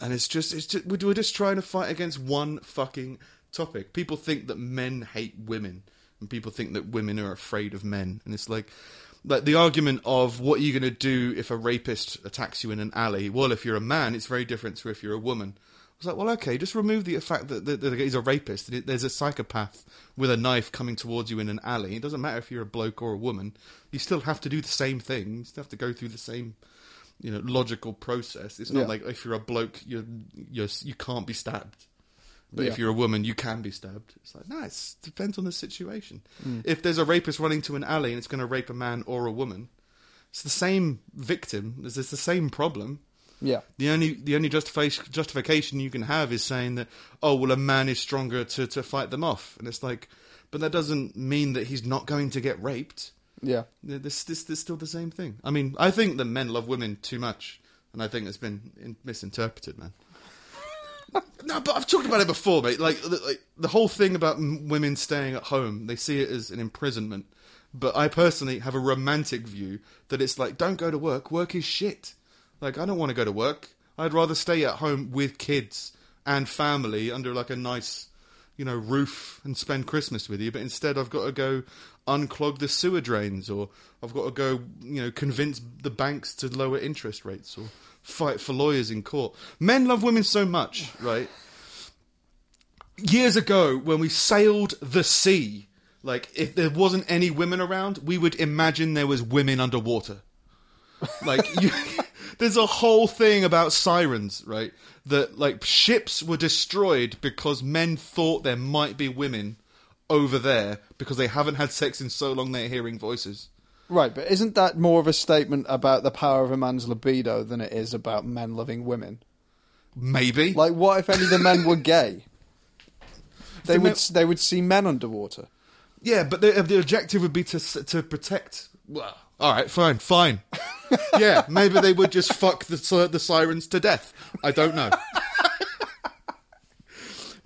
and it's just it's just we're just trying to fight against one fucking topic. People think that men hate women, and people think that women are afraid of men, and it's like. Like the argument of what are you going to do if a rapist attacks you in an alley? Well, if you're a man, it's very different to if you're a woman. I was like, well, okay, just remove the fact that, that, that he's a rapist. that There's a psychopath with a knife coming towards you in an alley. It doesn't matter if you're a bloke or a woman. You still have to do the same thing. You still have to go through the same, you know, logical process. It's not
Yeah.
like if you're a bloke, you're, you're you can't be stabbed. But
Yeah.
if you're a woman, you can be stabbed. It's like, no, it depends on the situation. If there's a rapist running to an alley and it's going to rape a man or a woman, it's the same victim. There's it's the same problem.
yeah,
The only the only justification justification you can have is saying that oh well a man is stronger to, to fight them off and it's like but that doesn't mean that he's not going to get raped.
yeah,
Th- This this this is still the same thing. I mean I think that men love women too much and I think it's been in, misinterpreted, man. (laughs) no, but I've talked about it before, mate. Like the, like the whole thing about m- women staying at home, they see it as an imprisonment. But I personally have a romantic view that it's like don't go to work. Work is shit. Like I don't want to go to work. I'd rather stay at home with kids and family under like a nice, you know, roof and spend Christmas with you. But instead, I've got to go unclog the sewer drains, or I've got to go, you know, convince the banks to lower interest rates, or fight for lawyers in court. Men love women so much, right? years ago when we sailed the sea, like if there wasn't any women around, we would imagine there was women underwater. Like you, (laughs) there's a whole thing about sirens, right? That like ships were destroyed because men thought there might be women over there because they haven't had sex in so long they're hearing voices.
right. But isn't that more of a statement about the power of a man's libido than it is about men loving women?
Maybe.
Like, what if any of the men were gay? They
(laughs) The
would
men-
they would see men underwater.
Yeah, but the, the objective would be to s- to protect. Well, all right, fine, fine. yeah, maybe they would just fuck the si- the sirens to death. I don't know.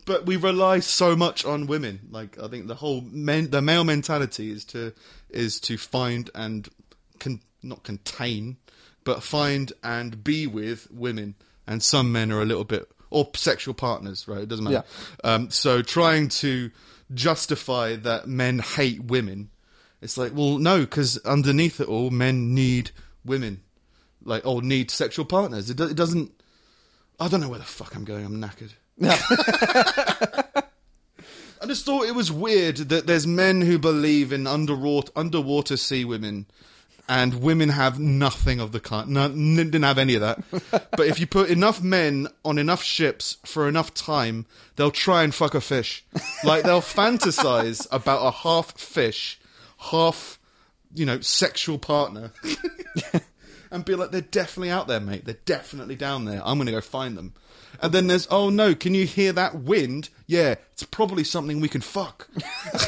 but we rely so much on women. Like I think the whole men, the male mentality is to is to find and con, not contain, but find and be with women. And some men are a little bit or sexual partners, right? It doesn't matter. Um, so trying to justify that men hate women, it's like, well, no, because underneath it all, men need women, like or need sexual partners. It, do- it doesn't. I don't know where the fuck I'm going. I'm knackered. I just thought it was weird that there's men who believe in underwater underwater sea women, and women have nothing of the kind. No, n- didn't have any of that. but if you put enough men on enough ships for enough time, they'll try and fuck a fish. Like they'll fantasize about a half fish, half you know sexual partner. and be like, they're definitely out there, mate. They're definitely down there. I'm going to go find them. And then there's, oh no, can you hear that wind? Yeah, it's probably something we can fuck.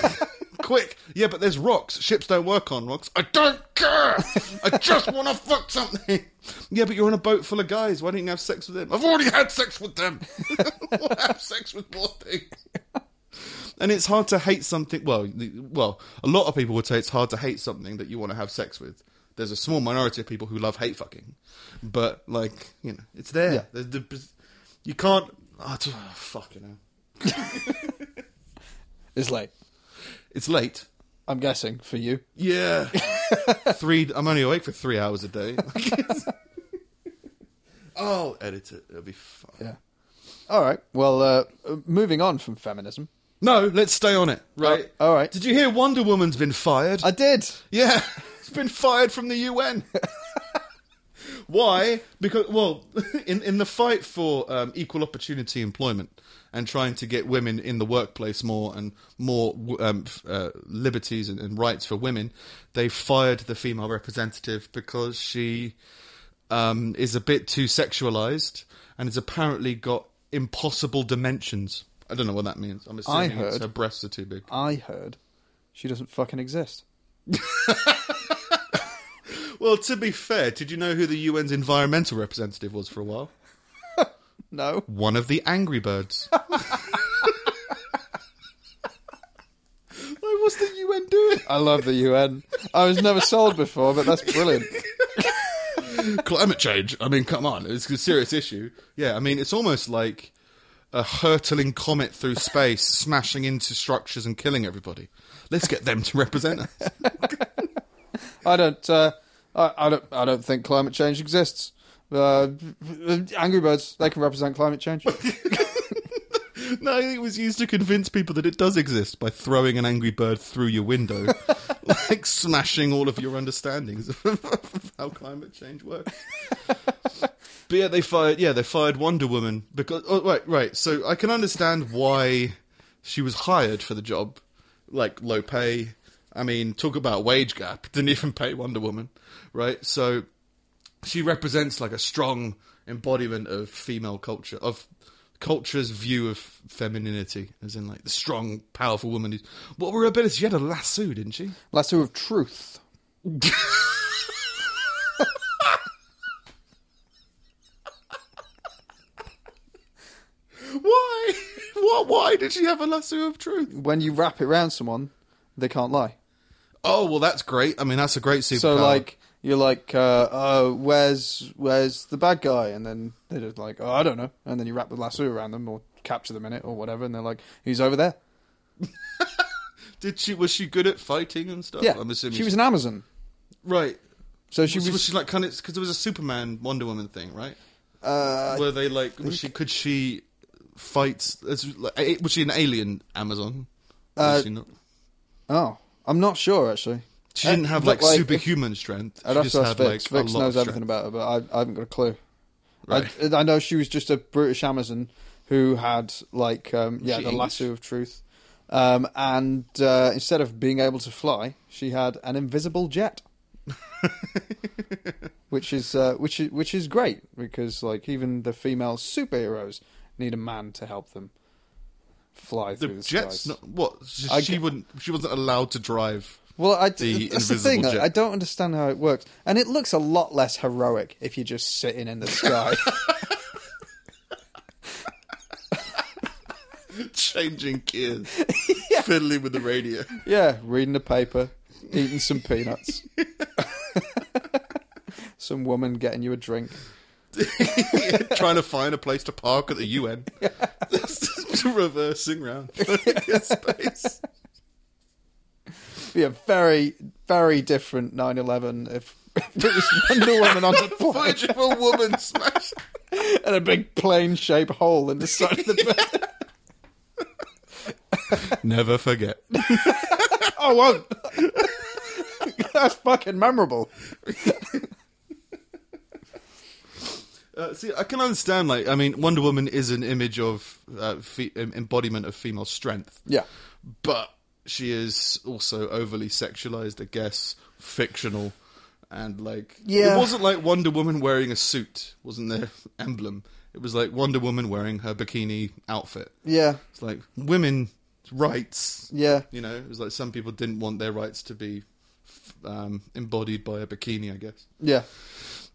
(laughs) quick. Yeah, but there's rocks. Ships don't work on rocks. I don't care. I just want to fuck something. Yeah, but you're on a boat full of guys. Why don't you have sex with them? I've already had sex with them. (laughs) We'll have sex with more things. And it's hard to hate something. Well, the, well, a lot of people would say it's hard to hate something that you want to have sex with. There's a small minority of people who love hate fucking, but like you know, it's there.
Yeah.
The- the- you can't. Oh, t- oh, fucking hell.
It's late.
It's late.
I'm guessing for you.
Yeah. (laughs) three. I'm only awake for three hours a day. (laughs) I'll edit it. It'll be fine.
Yeah. All right. Well, uh, moving on from feminism.
No, let's stay on it. Right.
Oh, all right.
Did you hear Wonder Woman's been fired?
I did.
Yeah, (laughs) it's been fired from the UN. (laughs) Why? Because well, (laughs) in in the fight for um, equal opportunity employment and trying to get women in the workplace more and more um, f- uh, liberties and, and rights for women, they fired the female representative because she um, is a bit too sexualized and has apparently got impossible dimensions. I don't know what that means. I'm assuming
I
it's
heard-
her breasts are too big.
I heard she doesn't fucking exist.
Well, to be fair, did you know who the UN's environmental representative was for a while?
No.
One of the Angry Birds. like, what's the UN doing?
I love the UN. I was never sold before, but that's brilliant.
Climate change. I mean, come on, it's a serious issue. Yeah, I mean, it's almost like a hurtling comet through space, smashing into structures and killing everybody. Let's get them to represent us.
I don't. Uh, I, I don't. I don't think climate change exists. Uh, Angry Birds. They can represent climate change.
No, it was used to convince people that it does exist by throwing an angry bird through your window, like smashing all of your understandings of how climate change works. but yeah, they fired. Yeah, they fired Wonder Woman because oh, right, right. So I can understand why she was hired for the job, like low pay. I mean, talk about wage gap. Didn't even pay Wonder Woman, right? So she represents like a strong embodiment of female culture of culture's view of femininity as in like the strong powerful woman who's what were her abilities she had a lasso didn't she (laughs)
Lasso of Truth.
why what why did she have a lasso of truth
When you wrap it around someone, they can't lie.
oh well that's great i mean that's a great superpower
So like you're like, uh, oh, where's where's the bad guy? And then they're just like, oh, I don't know. And then you wrap the lasso around them or capture them in it or whatever, and they're like, he's over there.
did she was she good at fighting and stuff
Yeah,
i'm assuming
she was an Amazon,
right
so
she
she
was, was
was.
she like kind of because there was a superman wonder woman thing right
Uh,
were they like was she could she fight as, like, a- was she an alien amazon was
Uh,
she not
oh, I'm not sure actually.
She didn't
Uh,
have
but,
like,
like, Uh,
superhuman strength. She
I'd have
just
to ask
had like
Vix.
a
Vix
lot
knows
of
everything about her, but I, I haven't got a clue.
Right.
I, I know she was just a British Amazon who had like um, yeah
she
the
English?
lasso of truth, um, and uh, instead of being able to fly, she had an invisible
(laughs)
jet, which is uh, which is which is great because like even the female superheroes need a man to help them fly
The
through the
jets,
skies.
not, what she,
I
she
get-
wouldn't. She wasn't allowed to
(laughs)
drive.
Well, I,
the
that's the
invisible
thing.
jet.
I don't understand how it works, and it looks a lot less heroic if you're just sitting in the
(laughs)
sky.
Changing gears, fiddling with the radio. (laughs)
yeah, reading the paper, eating some peanuts,
(laughs)
some woman getting you a drink.
trying to find a place to park at
(laughs)
the UN. (laughs) Just reversing round (laughs) space.
Be a very, very different 9/11 if if it was Wonder
(laughs)
Woman on the plane
Footage of a woman smashed.
and a big plane-shaped hole in the side of the
(laughs)
bed. (laughs)
Never forget.
Oh, well, (laughs) that's fucking memorable.
Uh, see, I can understand. Like, I mean, Wonder Woman is an image of uh, fe- em- embodiment of female strength.
Yeah.
but she is also overly sexualized, I guess, fictional, and like
Yeah.
it wasn't like Wonder Woman wearing a suit, wasn't their (laughs) emblem. It was like Wonder Woman wearing her bikini outfit.
Yeah.
It's like women rights.
Yeah.
You know, it was like some people didn't want their rights to be um, embodied by a bikini, I guess.
Yeah.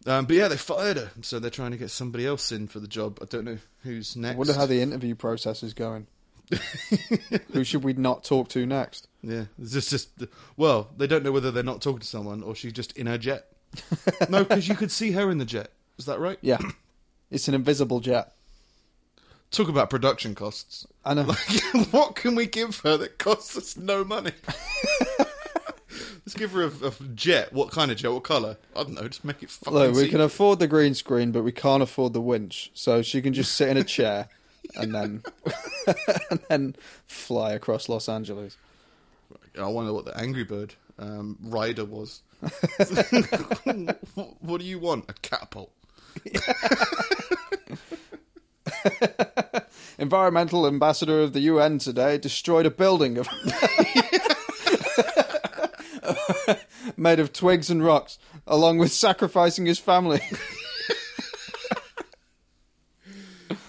Um, but yeah, they fired her, so they're trying to get somebody else in for the job. I don't know who's
I
next.
wonder how the interview process is going. Who should we not talk to next?
yeah, it's just just well, they don't know whether they're not talking to someone or she's just in her jet.
(laughs)
no, because you could see her in the jet. Is that right?
Yeah. It's an invisible jet.
Talk about
(laughs)
production costs.
I
(laughs)
know.
Like, what can we give her that costs us no
(laughs)
money? Let's give her a, a jet. What kind of jet? What color? I don't know. Just make it fucking.
Look, we
see-
can afford the green screen, but we can't afford the winch. So she can just sit in a chair and then (laughs) and then fly across Los Angeles.
I wonder what the Angry Bird um, rider
(laughs)
was. (laughs) what, what do you want? A catapult.
Environmental ambassador of the UN today destroyed a building of (laughs) made of twigs and rocks, along with sacrificing his family.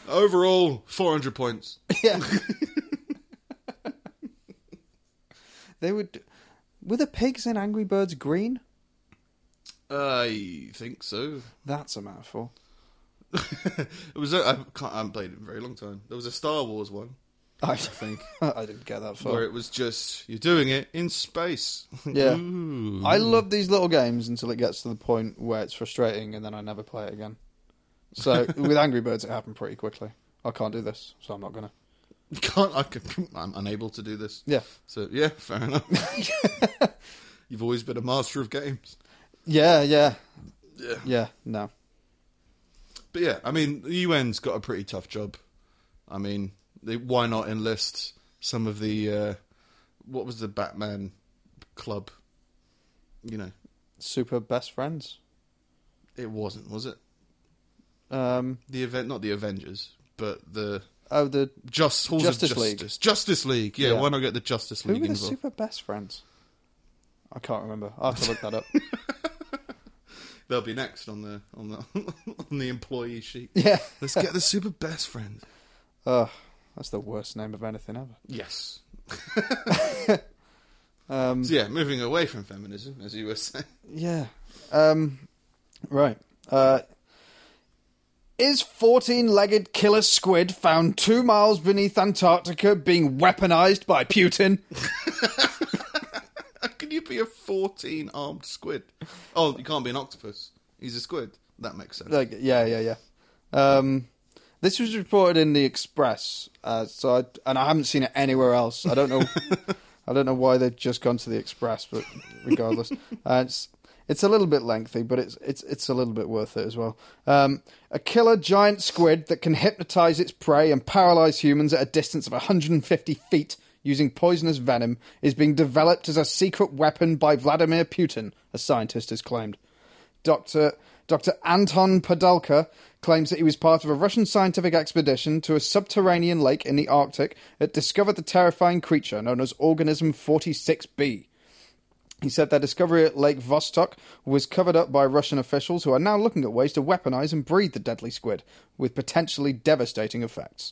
Overall, 400 points.
Yeah. (laughs) they would. Were the pigs in Angry Birds green?
I think so. (laughs)
That's a mouthful.
It was. A, I, can't, I haven't played it in a very long time. There was a Star Wars one
(laughs) I think I didn't get that
where
far.
it was just you're doing it in space. (laughs)
Yeah.
Ooh.
I love these little games until it gets to the point where it's frustrating, and then I never play it again. (laughs) So with Angry Birds, it happened pretty quickly. I can't do this, so I'm not gonna.
can't. I can, I'm unable to do this.
Yeah,
So yeah,
(laughs)
fair enough. You've always been a master of games.
yeah, yeah,
Yeah.
yeah. No,
But yeah, I mean, the UN's got a pretty tough job. I mean, they, why not enlist some of the uh, what was the Batman club? You know,
super best friends.
it wasn't, was it?
Um,
The event, not the Avengers, but the
oh, the
Just Halls
Justice
of
League.
Justice. Justice League. Yeah,
Yeah.
why not get the Justice
who
League
were the
involved?
super best friends? I can't remember. I will have to look that up.
They'll be next on the (laughs) on the on the employee sheet.
(laughs) yeah.
Let's get the super best friend.
Ugh, that's the worst name of anything ever.
Yes.
(laughs) Um,
So yeah, moving away from feminism, as you were saying. (laughs)
yeah. Um, right. Uh, is 14 legged killer squid found two miles beneath Antarctica being weaponized by Putin?
How can you be a 14 armed squid? Oh, you can't be an octopus. He's a squid. That makes sense.
Like, yeah, yeah, yeah. Um, this was reported in the Express, uh, so I, and I haven't seen it anywhere else. I don't know, I don't know why they've just gone to the Express, but regardless, uh, it's it's a little bit lengthy, but it's it's it's a little bit worth it as well. Um, a killer giant squid that can hypnotize its prey and paralyze humans at a distance of 150 feet. Using poisonous venom is being developed as a secret weapon by Vladimir Putin, a scientist has claimed. Dr. Dr. Anton Padalka claims that he was part of a Russian scientific expedition to a subterranean lake in the Arctic that discovered the terrifying creature known as Organism 46b. He said their discovery at Lake Vostok was covered up by Russian officials who are now looking at ways to weaponize and breed the deadly squid, with potentially devastating effects.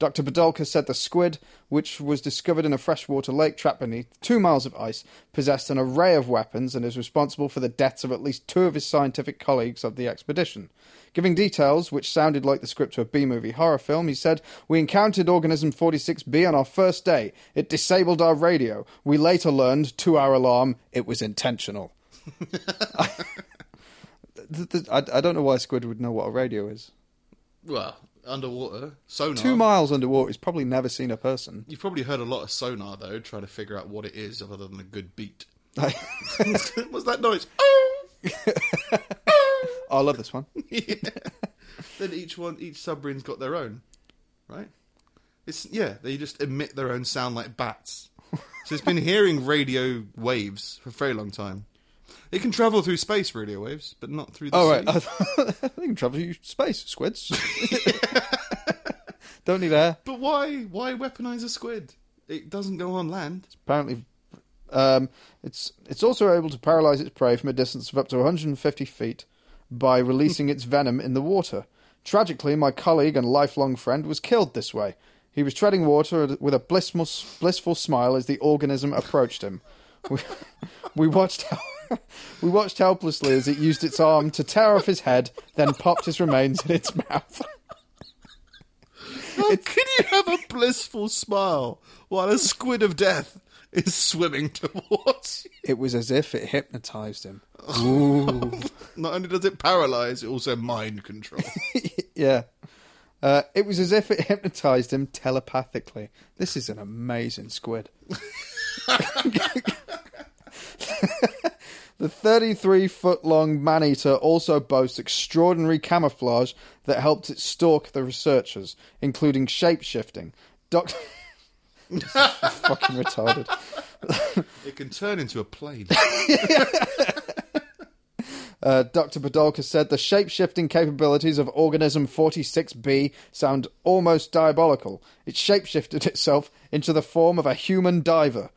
Dr. Badalka said the squid, which was discovered in a freshwater lake trapped beneath two miles of ice, possessed an array of weapons and is responsible for the deaths of at least two of his scientific colleagues of the expedition. Giving details which sounded like the script to a B movie horror film, he said, We encountered organism 46B on our first day. It disabled our radio. We later learned, to our alarm, it was intentional. (laughs) Th- th- I, I don't know why Squid would know what a radio is.
Well, underwater, sonar.
Two miles underwater, he's probably never seen a person.
You've probably heard a lot of sonar, though, trying to figure out what it is other than a
(laughs)
good beat. (laughs) What's that noise? Oh!
I love this one.
Yeah. Then each one, each submarine's got their own, right? It's yeah, they just emit their own sound like bats. So it's been hearing radio waves for a very long time. It can travel through space, radio waves, but not through the
Oh,
sea.
right. (laughs) I think travel through space, squids. (laughs) Don't need air.
But why? Why weaponize a squid? It doesn't go on
(laughs)
land.
Apparently, um, it's it's also able to paralyze its prey from a distance of up to 150 feet by releasing its venom in the water. Tragically, my colleague and lifelong friend was killed this way. He He was treading water with a blissful, blissful smile as the organism approached him. We, (laughs) we watched how, (laughs) we watched helplessly as it used its arm to tear off his head, then popped his remains in its mouth.
How can you have a blissful smile while a squid of death is swimming (laughs) towards you?
It was as if it hypnotized him.
Not only does it paralyze, it also mind control.
yeah. Uh, it was as if it (laughs) hypnotized him telepathically. This is an amazing squid. (laughs) the 33 foot long man eater also boasts extraordinary camouflage that helped it stalk the researchers, including shape shifting. (laughs) Doctor. fucking retarded.
(laughs) it can turn into a plane.
Uh, Dr. Podolka said the shape shifting capabilities of Organism 46B sound almost diabolical. It shapeshifted (laughs) itself into the form of a human diver.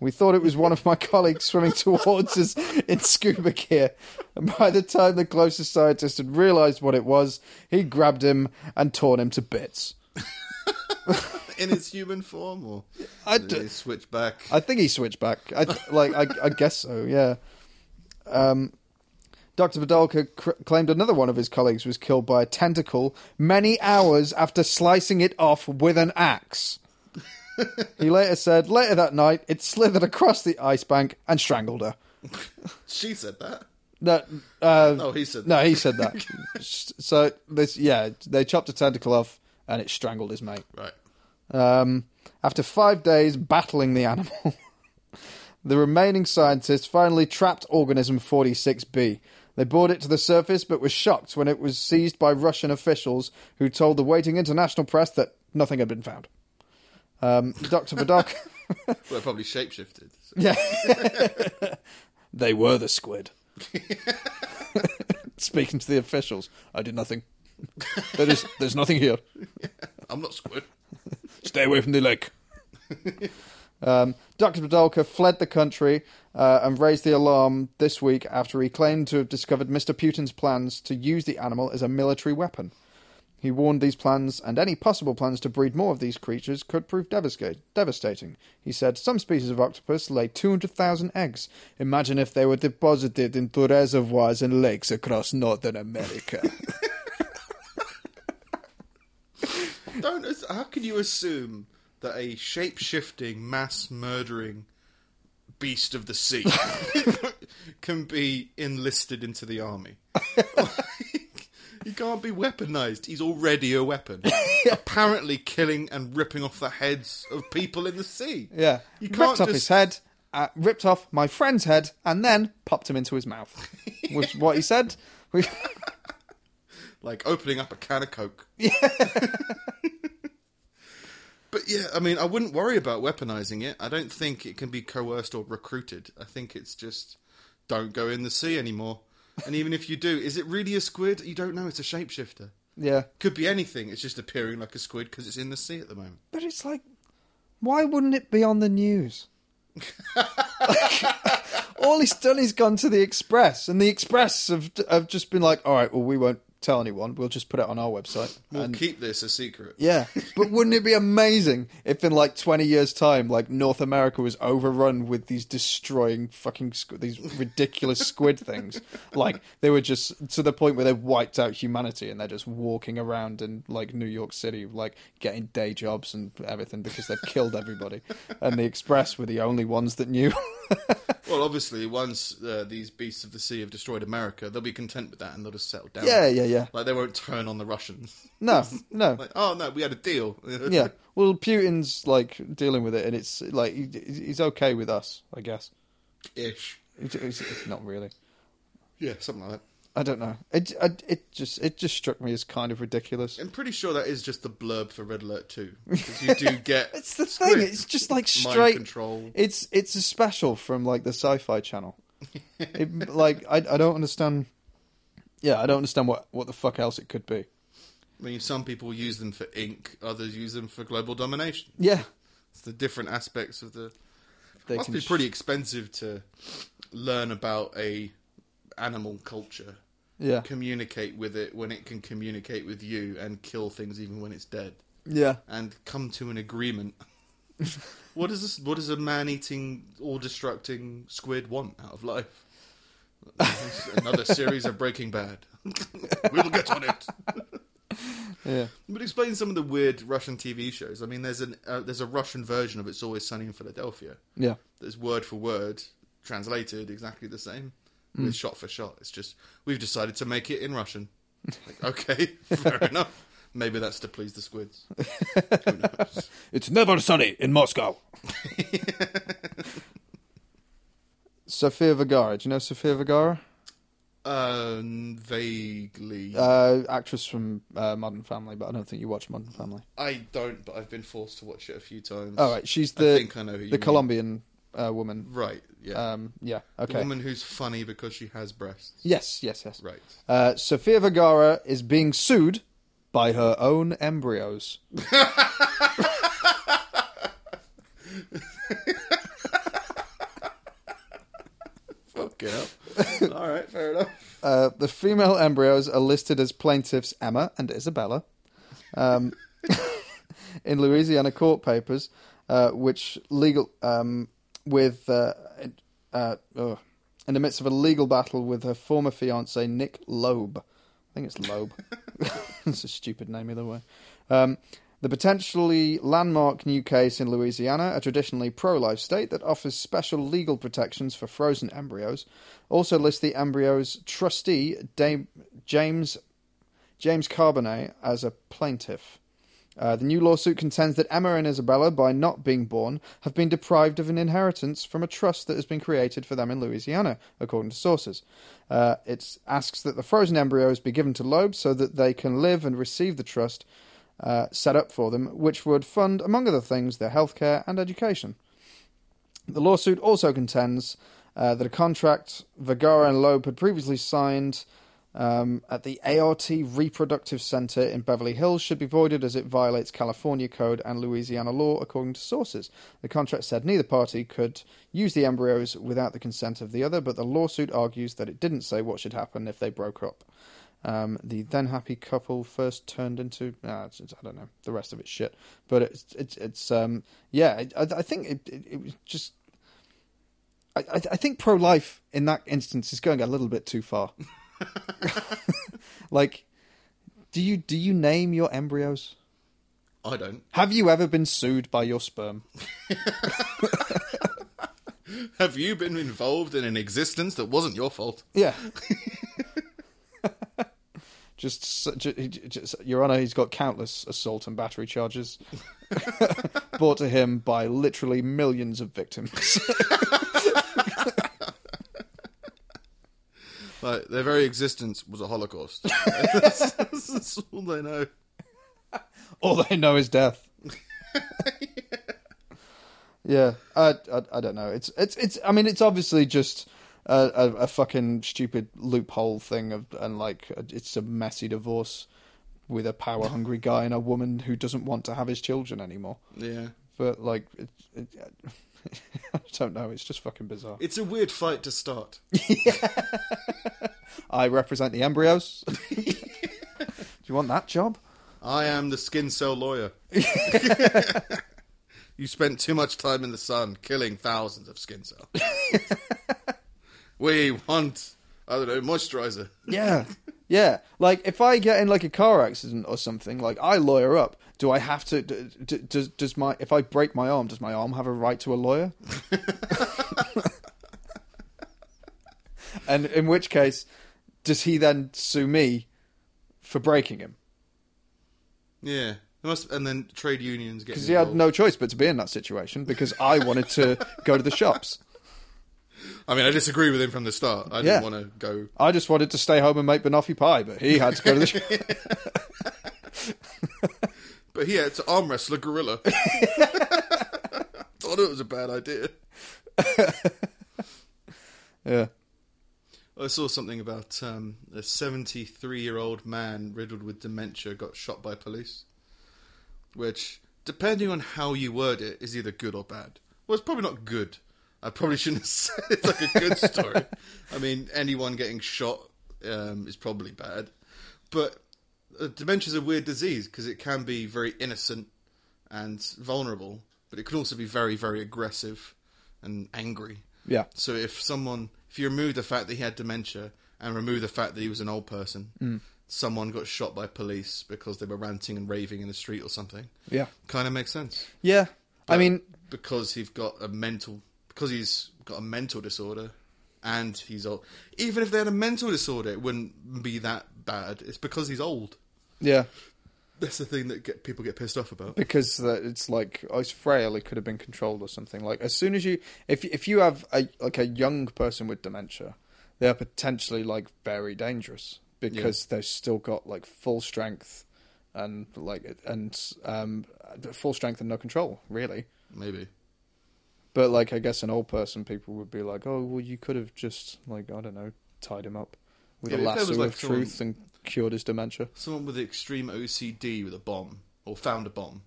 We thought it was one of my (laughs) colleagues swimming towards us in scuba gear, and by the time the closest scientist had realized what it was, he grabbed him and torn him to bits.
In its human form, (laughs) or
I
did
d-
they switch back?
I think he switched back. I like. I, I guess so. Yeah. Um, Dr. Badalka cr- claimed another one of his colleagues was killed by a tentacle many hours after slicing it off with an axe. he later said, later that night, it slithered across the ice bank and strangled her.
She said that.
No, uh,
No, he said
no, he said that. so this, yeah, they chopped a tentacle off and it strangled his mate.
that. Right.
Um, after five days battling the animal, (laughs) the remaining scientists finally trapped organism 46B. They brought it to the surface but were shocked when it was seized by Russian officials who told the waiting international press that nothing had been found. Um, (laughs) Dr. Badok.
Well, it probably shapeshifted. So.
yeah. (laughs) they were the squid. (laughs) Speaking to the officials, I did nothing. There is, there's nothing here.
I'm not squid.
Stay away from the lake. (laughs) um, Dr. Badalka fled the country uh, and raised the alarm this week after he claimed to have discovered Mr. Putin's plans to use the animal as a military weapon. He warned these plans and any possible plans to breed more of these creatures could prove devastate- devastating. He said some species of octopus lay 200,000 eggs. Imagine if they were deposited into reservoirs and lakes across Northern America. (laughs)
Don't. How can you assume that a shape-shifting, mass-murdering beast of
(laughs)
the sea can be enlisted into
(laughs)
the army? Like, he can't be weaponized. He's already a
(laughs)
weapon. Apparently, killing and ripping off the heads of people in the sea.
Yeah.
you
ripped
can't
off
just
his head, uh, ripped off my friend's head, and then popped him into his mouth. Which what he said. (laughs) We-
like opening up a can
(laughs)
of coke. (laughs) but yeah, I mean, I wouldn't worry about weaponizing it. I don't think it can be coerced or recruited. I think it's just don't go in the sea anymore. And even if you do, is it really a squid? You don't know. It's a shapeshifter.
yeah.
Could be anything. It's just appearing like a squid because it's in the sea at the moment.
But it's like, why wouldn't it be on the news? All he's done is gone to the Express, and the Express have, have just been like, all right, well, we won't tell anyone. We'll just put it on our website.
We'll
And-
keep this a secret.
Yeah, but wouldn't it be amazing if in like 20 years' time, like North America was overrun with these destroying fucking squ- these ridiculous squid things? Like they were just to the point where they wiped out humanity and they're just walking around in like New York City, like getting day jobs and everything because they've killed everybody. And the Express were the only ones that knew.
Well, obviously, once uh, these beasts of the sea have destroyed America, they'll be content with that and they'll just settle down.
yeah, yeah, yeah.
Like they won't turn on the Russians.
No, no.
Like, oh no, we had a deal.
Yeah. Well, Putin's like dealing with it and it's like he- he's okay with us, I guess.
(laughs) ish.
It's, it's, it's not really.
Yeah, something like that.
I don't know. It I, it just it just struck me as kind of ridiculous.
I'm pretty sure that is just the blurb for Red Alert 2.
(laughs)
Because you do get.
It's the
squid.
thing. It's just like
Mind
straight.
control.
It's it's a special from like the Sci-Fi
(laughs)
Channel. it, like I I don't understand. Yeah, I don't understand what what the fuck else it could be.
I mean, some people use them for ink, others use them for global domination.
Yeah,
It's the different aspects of the.
they
must
can
be
sh-
pretty expensive to learn about a animal culture,
yeah.
communicate with it when it can communicate with you, and kill things even when it's dead.
Yeah.
and come to an agreement. (laughs) what does this? What does a man-eating, all-destructing squid want out of life? Another series of Breaking Bad. we will get on it.
Yeah.
But explain some of the weird Russian TV shows. I mean, there's an uh, there's a Russian version of It's Always Sunny in Philadelphia.
Yeah.
That's word for word translated exactly the same, with shot for shot. It's just we've decided to make it in Russian. Like, okay, (laughs) fair enough. Maybe that's to please the squids. Who knows?
It's never sunny in
(laughs)
Moscow. Sofia Vergara. Do you know Sofia Vergara?
Um, vaguely.
Uh, actress from uh, Modern Family, but I don't think you watch Modern Family.
I don't, but I've been forced to watch it a few times.
All right, she's
I
the
think I know who you
the
mean.
Colombian uh, woman.
Right, yeah.
Um, yeah.
The
Okay.
woman who's funny because she has breasts.
Yes. Yes. Yes.
Right.
Uh, Sofia Vergara is being sued by her own embryos.
Fuck
(laughs)
it up. All right, fair enough.
Uh, the female embryos are listed as plaintiffs Emma and Isabella um, in Louisiana court papers, uh, which legal um, with uh, uh, ugh, in the midst of a legal battle with her former fiance Nick Loeb. I think it's Loeb. (laughs) it's a stupid name either way. Um, the potentially landmark new case in Louisiana, a traditionally pro life state that offers special legal protections for frozen embryos, also lists the embryo's trustee, Dame James, James Carbonet, as a plaintiff. Uh, the new lawsuit contends that Emma and Isabella, by not being born, have been deprived of an inheritance from a trust that has been created for them in Louisiana, according to sources. Uh, it asks that the frozen embryos be given to Loeb so that they can live and receive the trust uh, set up for them, which would fund, among other things, their healthcare and education. The lawsuit also contends uh, that a contract Vergara and Loeb had previously signed um, at the ART Reproductive Center in Beverly Hills should be voided as it violates California code and Louisiana law, according to sources. The contract said neither party could use the embryos without the consent of the other, but the lawsuit argues that it didn't say what should happen if they broke up. Um, the then happy couple first turned into ah, it's, it's- I don't know the rest of it's shit, but it's it's it's um yeah I, I I think it, it, it was just I I I think pro life in that instance is going a little bit too far. (laughs) like, do you do you name your embryos?
I don't.
Have you ever been sued by your sperm?
Have you been involved in an existence that wasn't your fault?
Yeah. (laughs) just, su- ju- he- ju- just, Your Honor, he's got countless assault and battery charges (laughs) brought to him by literally millions of victims. (laughs)
Like their very existence was
(laughs)
a holocaust. (laughs) that's, that's all they know.
All they know is death. yeah, I, I, I don't know. It's it's it's. I mean, it's obviously just a, a, a fucking stupid loophole thing of and like it's a messy divorce with a power hungry guy and a woman who doesn't want to have his children anymore.
Yeah.
But like, it, it, (laughs) I don't know. It's just fucking bizarre.
It's a weird fight to start.
I represent the embryos. Do you want that job?
I am the skin
(laughs)
cell lawyer. you spent too much time in the sun killing thousands of skin cells. we want, I don't know, moisturizer.
Yeah. Yeah. Like if I get in like a car accident or something, like I lawyer up. Do I have to d- d- does does my if I break my arm, does my arm have a right to a lawyer? and in which case does he then sue me for breaking him?
Yeah. It must, and then trade unions get
Because he had
involved.
no choice but to be in that situation because I wanted to go to the shops.
I mean, I disagree with him from the start. I
Yeah.
didn't want to go.
I just wanted to stay home and make banoffee pie, but he had to go to the shop.
But yeah, it's arm wrestler
(laughs)
gorilla. (laughs) Thought it was a bad idea.
Yeah.
I saw something about um, a 73-year-old man riddled with dementia got shot by police, which, depending on how you word it, is either good or bad. Well, it's probably not good. I probably shouldn't have (laughs) said it's like a good story. I mean, anyone getting shot um, is probably bad, but uh, dementia's a weird disease because it can be very innocent and vulnerable, but it can also be very, very aggressive and angry.
Yeah.
So if someone, if you remove the fact that he had dementia and remove the fact that he was an old person,
Mm.
someone got shot by police because they were ranting and raving in the street or something.
Yeah.
Kind of makes sense
Yeah. I
But
mean,
because he's got a mental, because he's got a mental disorder, and he's old. Even if they had a mental disorder, it wouldn't be that bad. It's because he's old.
yeah.
That's the thing that get, people get pissed off about.
because that it's like oh, it's frail. It could have been controlled or something. Like as soon as you, if if you have a like a young person with dementia, they are potentially like very dangerous because they've still got like full strength and like and um full strength and no control really.
Maybe.
But like I guess an old person, people would be like, oh well, you could have just like I don't know, tied him up with
Yeah,
a
if there was,
lasso
like,
of truth and cured his
(laughs)
dementia.
someone with extreme OCD with a bomb, or found a bomb,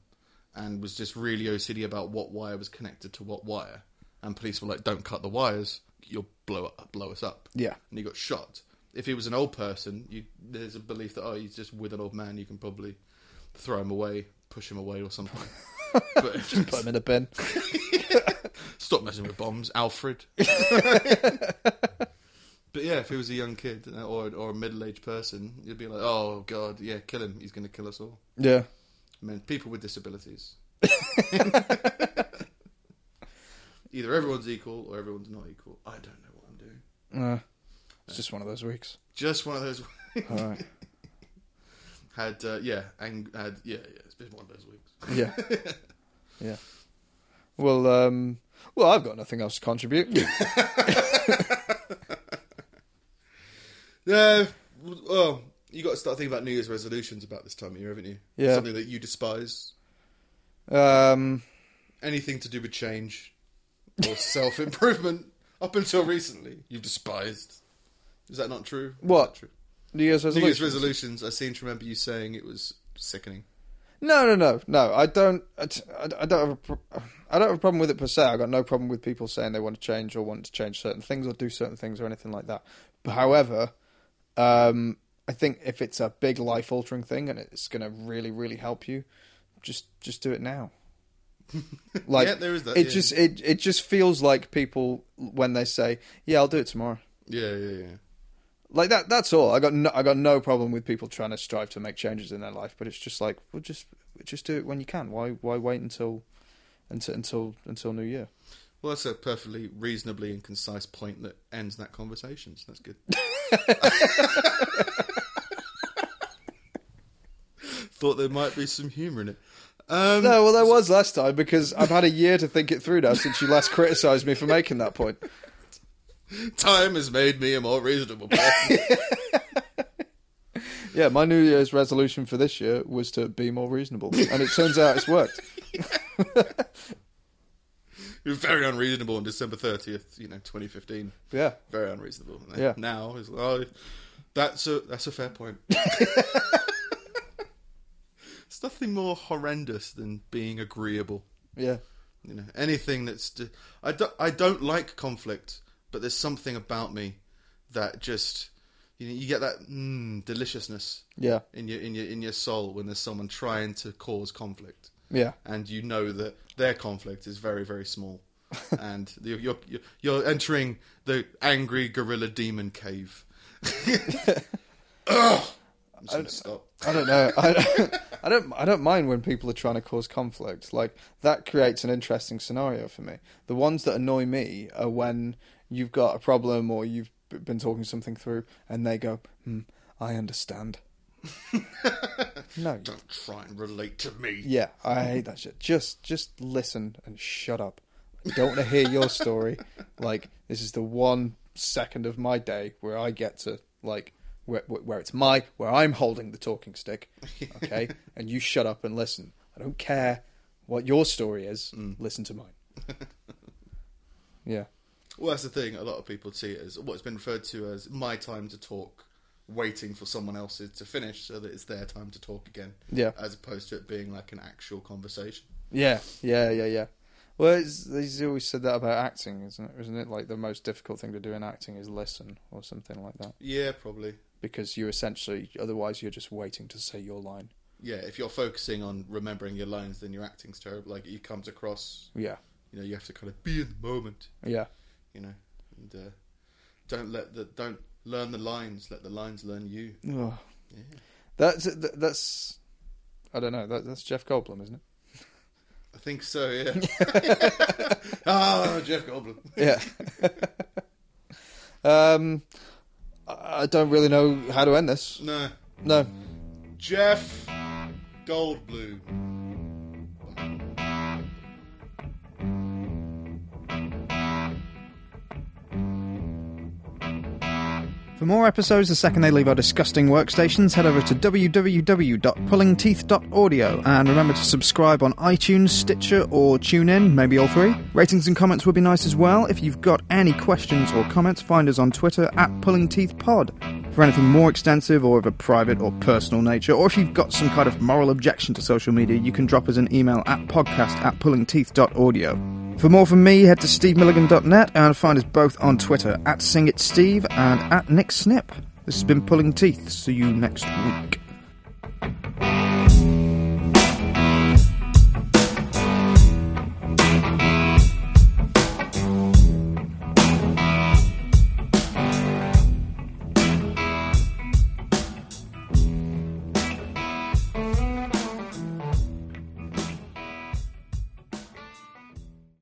and was just really OCD about what wire was connected to what wire, and police were like, "Don't cut the wires, you'll blow up, blow us up."
Yeah.
and he got shot. If he was an old person, you, there's a belief that oh, he's just with an old man, you can probably throw him away, push him away, or something. but
Put him in a bin.
stop messing with bombs, Alfred. But yeah, if he was a young kid uh, or or a middle-aged person, you'd be like, "Oh God, yeah, kill him. He's going to kill us all."
Yeah.
I mean, people with (laughs) disabilities. Either everyone's equal or everyone's not equal. I don't know what I'm doing.
Uh, it's just one of those weeks.
Just one of those.
All right.
(laughs) had uh, yeah, and had yeah, yeah. It's been one of those weeks.
Yeah. yeah. Well, um, well, I've got nothing else to contribute.
Yeah. Well, you got to start thinking about New Year's resolutions about this time of year, haven't you?
Yeah.
Something that you despise.
um,
Anything to do with change or self (laughs) improvement. Up until recently, you've despised. Is that not true? Is that
What?
true?
New Year's
New Year's
resolution.
resolutions. I seem to remember you saying it was sickening.
no, no, no, no. I don't. I, t- I d- I don't have a. Pro- I don't have a problem with it per se. I've got no problem with people saying they want to change or want to change certain things or do certain things or anything like that. But however, um, I think if it's a big life altering thing and it's going to really, really help you, just just do it
(laughs)
now. Like
Yeah, there is that,
It
yeah.
just it it just feels like people when they say, "Yeah, I'll do it tomorrow."
Yeah, yeah, yeah.
like that that's all i got no, i got no problem with people trying to strive to make changes in their life but it's just like well just just do it when you can why why wait until until until until new year
Well, that's a perfectly reasonably and concise point that ends that conversation. So that's good. (laughs) Thought there might be some humour in it. Um,
no well there was last time because i've had a year to think it through now since you last (laughs) criticized me for making that point
Time has made me a more reasonable person.
yeah my new year's resolution for this year was to be more reasonable and it turns out it's worked
You're very unreasonable on December 30th, you know, 2015.
yeah
Very unreasonable.
Yeah.
Now is oh, that's a that's a fair point. it's nothing more horrendous than being agreeable.
yeah
you know anything that's d I, do, I don't like conflict but there's something about me that just you know you get that mm, deliciousness
yeah
in your in your in your soul when there's someone trying to cause conflict
yeah
and you know that their conflict is very
(laughs)
very small and you're you're, you're- you're entering the angry gorilla demon
(laughs)
cave (laughs) Ugh! I'm just gonna stop
I don't know. I, I don't. (laughs) I don't mind when people are trying to cause conflict. Like that creates an interesting scenario for me. The ones that annoy me are when you've got a problem or you've b- been talking something through, and they go, hmm, "I understand." no.
don't try and relate to me
Yeah, I hate that shit. Just, just listen and shut up. I don't want to hear your story. Like this is the one second of my day where I get to like where where where it's my where I'm holding the talking stick. Okay, and you shut up and listen. I don't care what your story is. Listen to mine. (laughs) yeah.
Well, that's the thing. A lot of people see it as what's been referred to as my time to talk, waiting for someone else's to finish so that it's their time to talk again.
Yeah.
As opposed to it being like an actual conversation.
Yeah, yeah, yeah, yeah. Well, it's, he's always said that about acting, isn't it? Isn't it like the most difficult thing to do in acting is listen or something like that?
Yeah, probably.
because you essentially otherwise you're just waiting to say your line.
Yeah, if you're focusing on remembering your lines, then your acting's terrible. Like it comes across,
Yeah,
you know, you have to kind of be in the moment,
yeah,
you know, and uh, don't let the don't learn the lines. Let the lines learn you.
Ugh.
Yeah.
that's th- that's I don't know. That, that's Jeff Goldblum, isn't it?
I think so. Yeah. (laughs) Ah, Jeff Goldblum.
yeah. (laughs) um, I I don't really know how to end this.
No,
No.
Jeff Goldblum.
For more episodes the second they leave our disgusting workstations, head over to www.pullingteeth.audio and remember to subscribe on iTunes, Stitcher, or TuneIn, maybe all three. Ratings and comments would be nice as well. If you've got any questions or comments, find us on Twitter at PullingTeethPod. For anything more extensive or of a private or personal nature, or if you've got some kind of moral objection to social media, you can drop us an email at podcast at pullingteeth.audio. For more from me, head to stevemilligan.net and find us both on Twitter at SingItSteve and at Nick Snip. This has been Pulling Teeth. See you next week.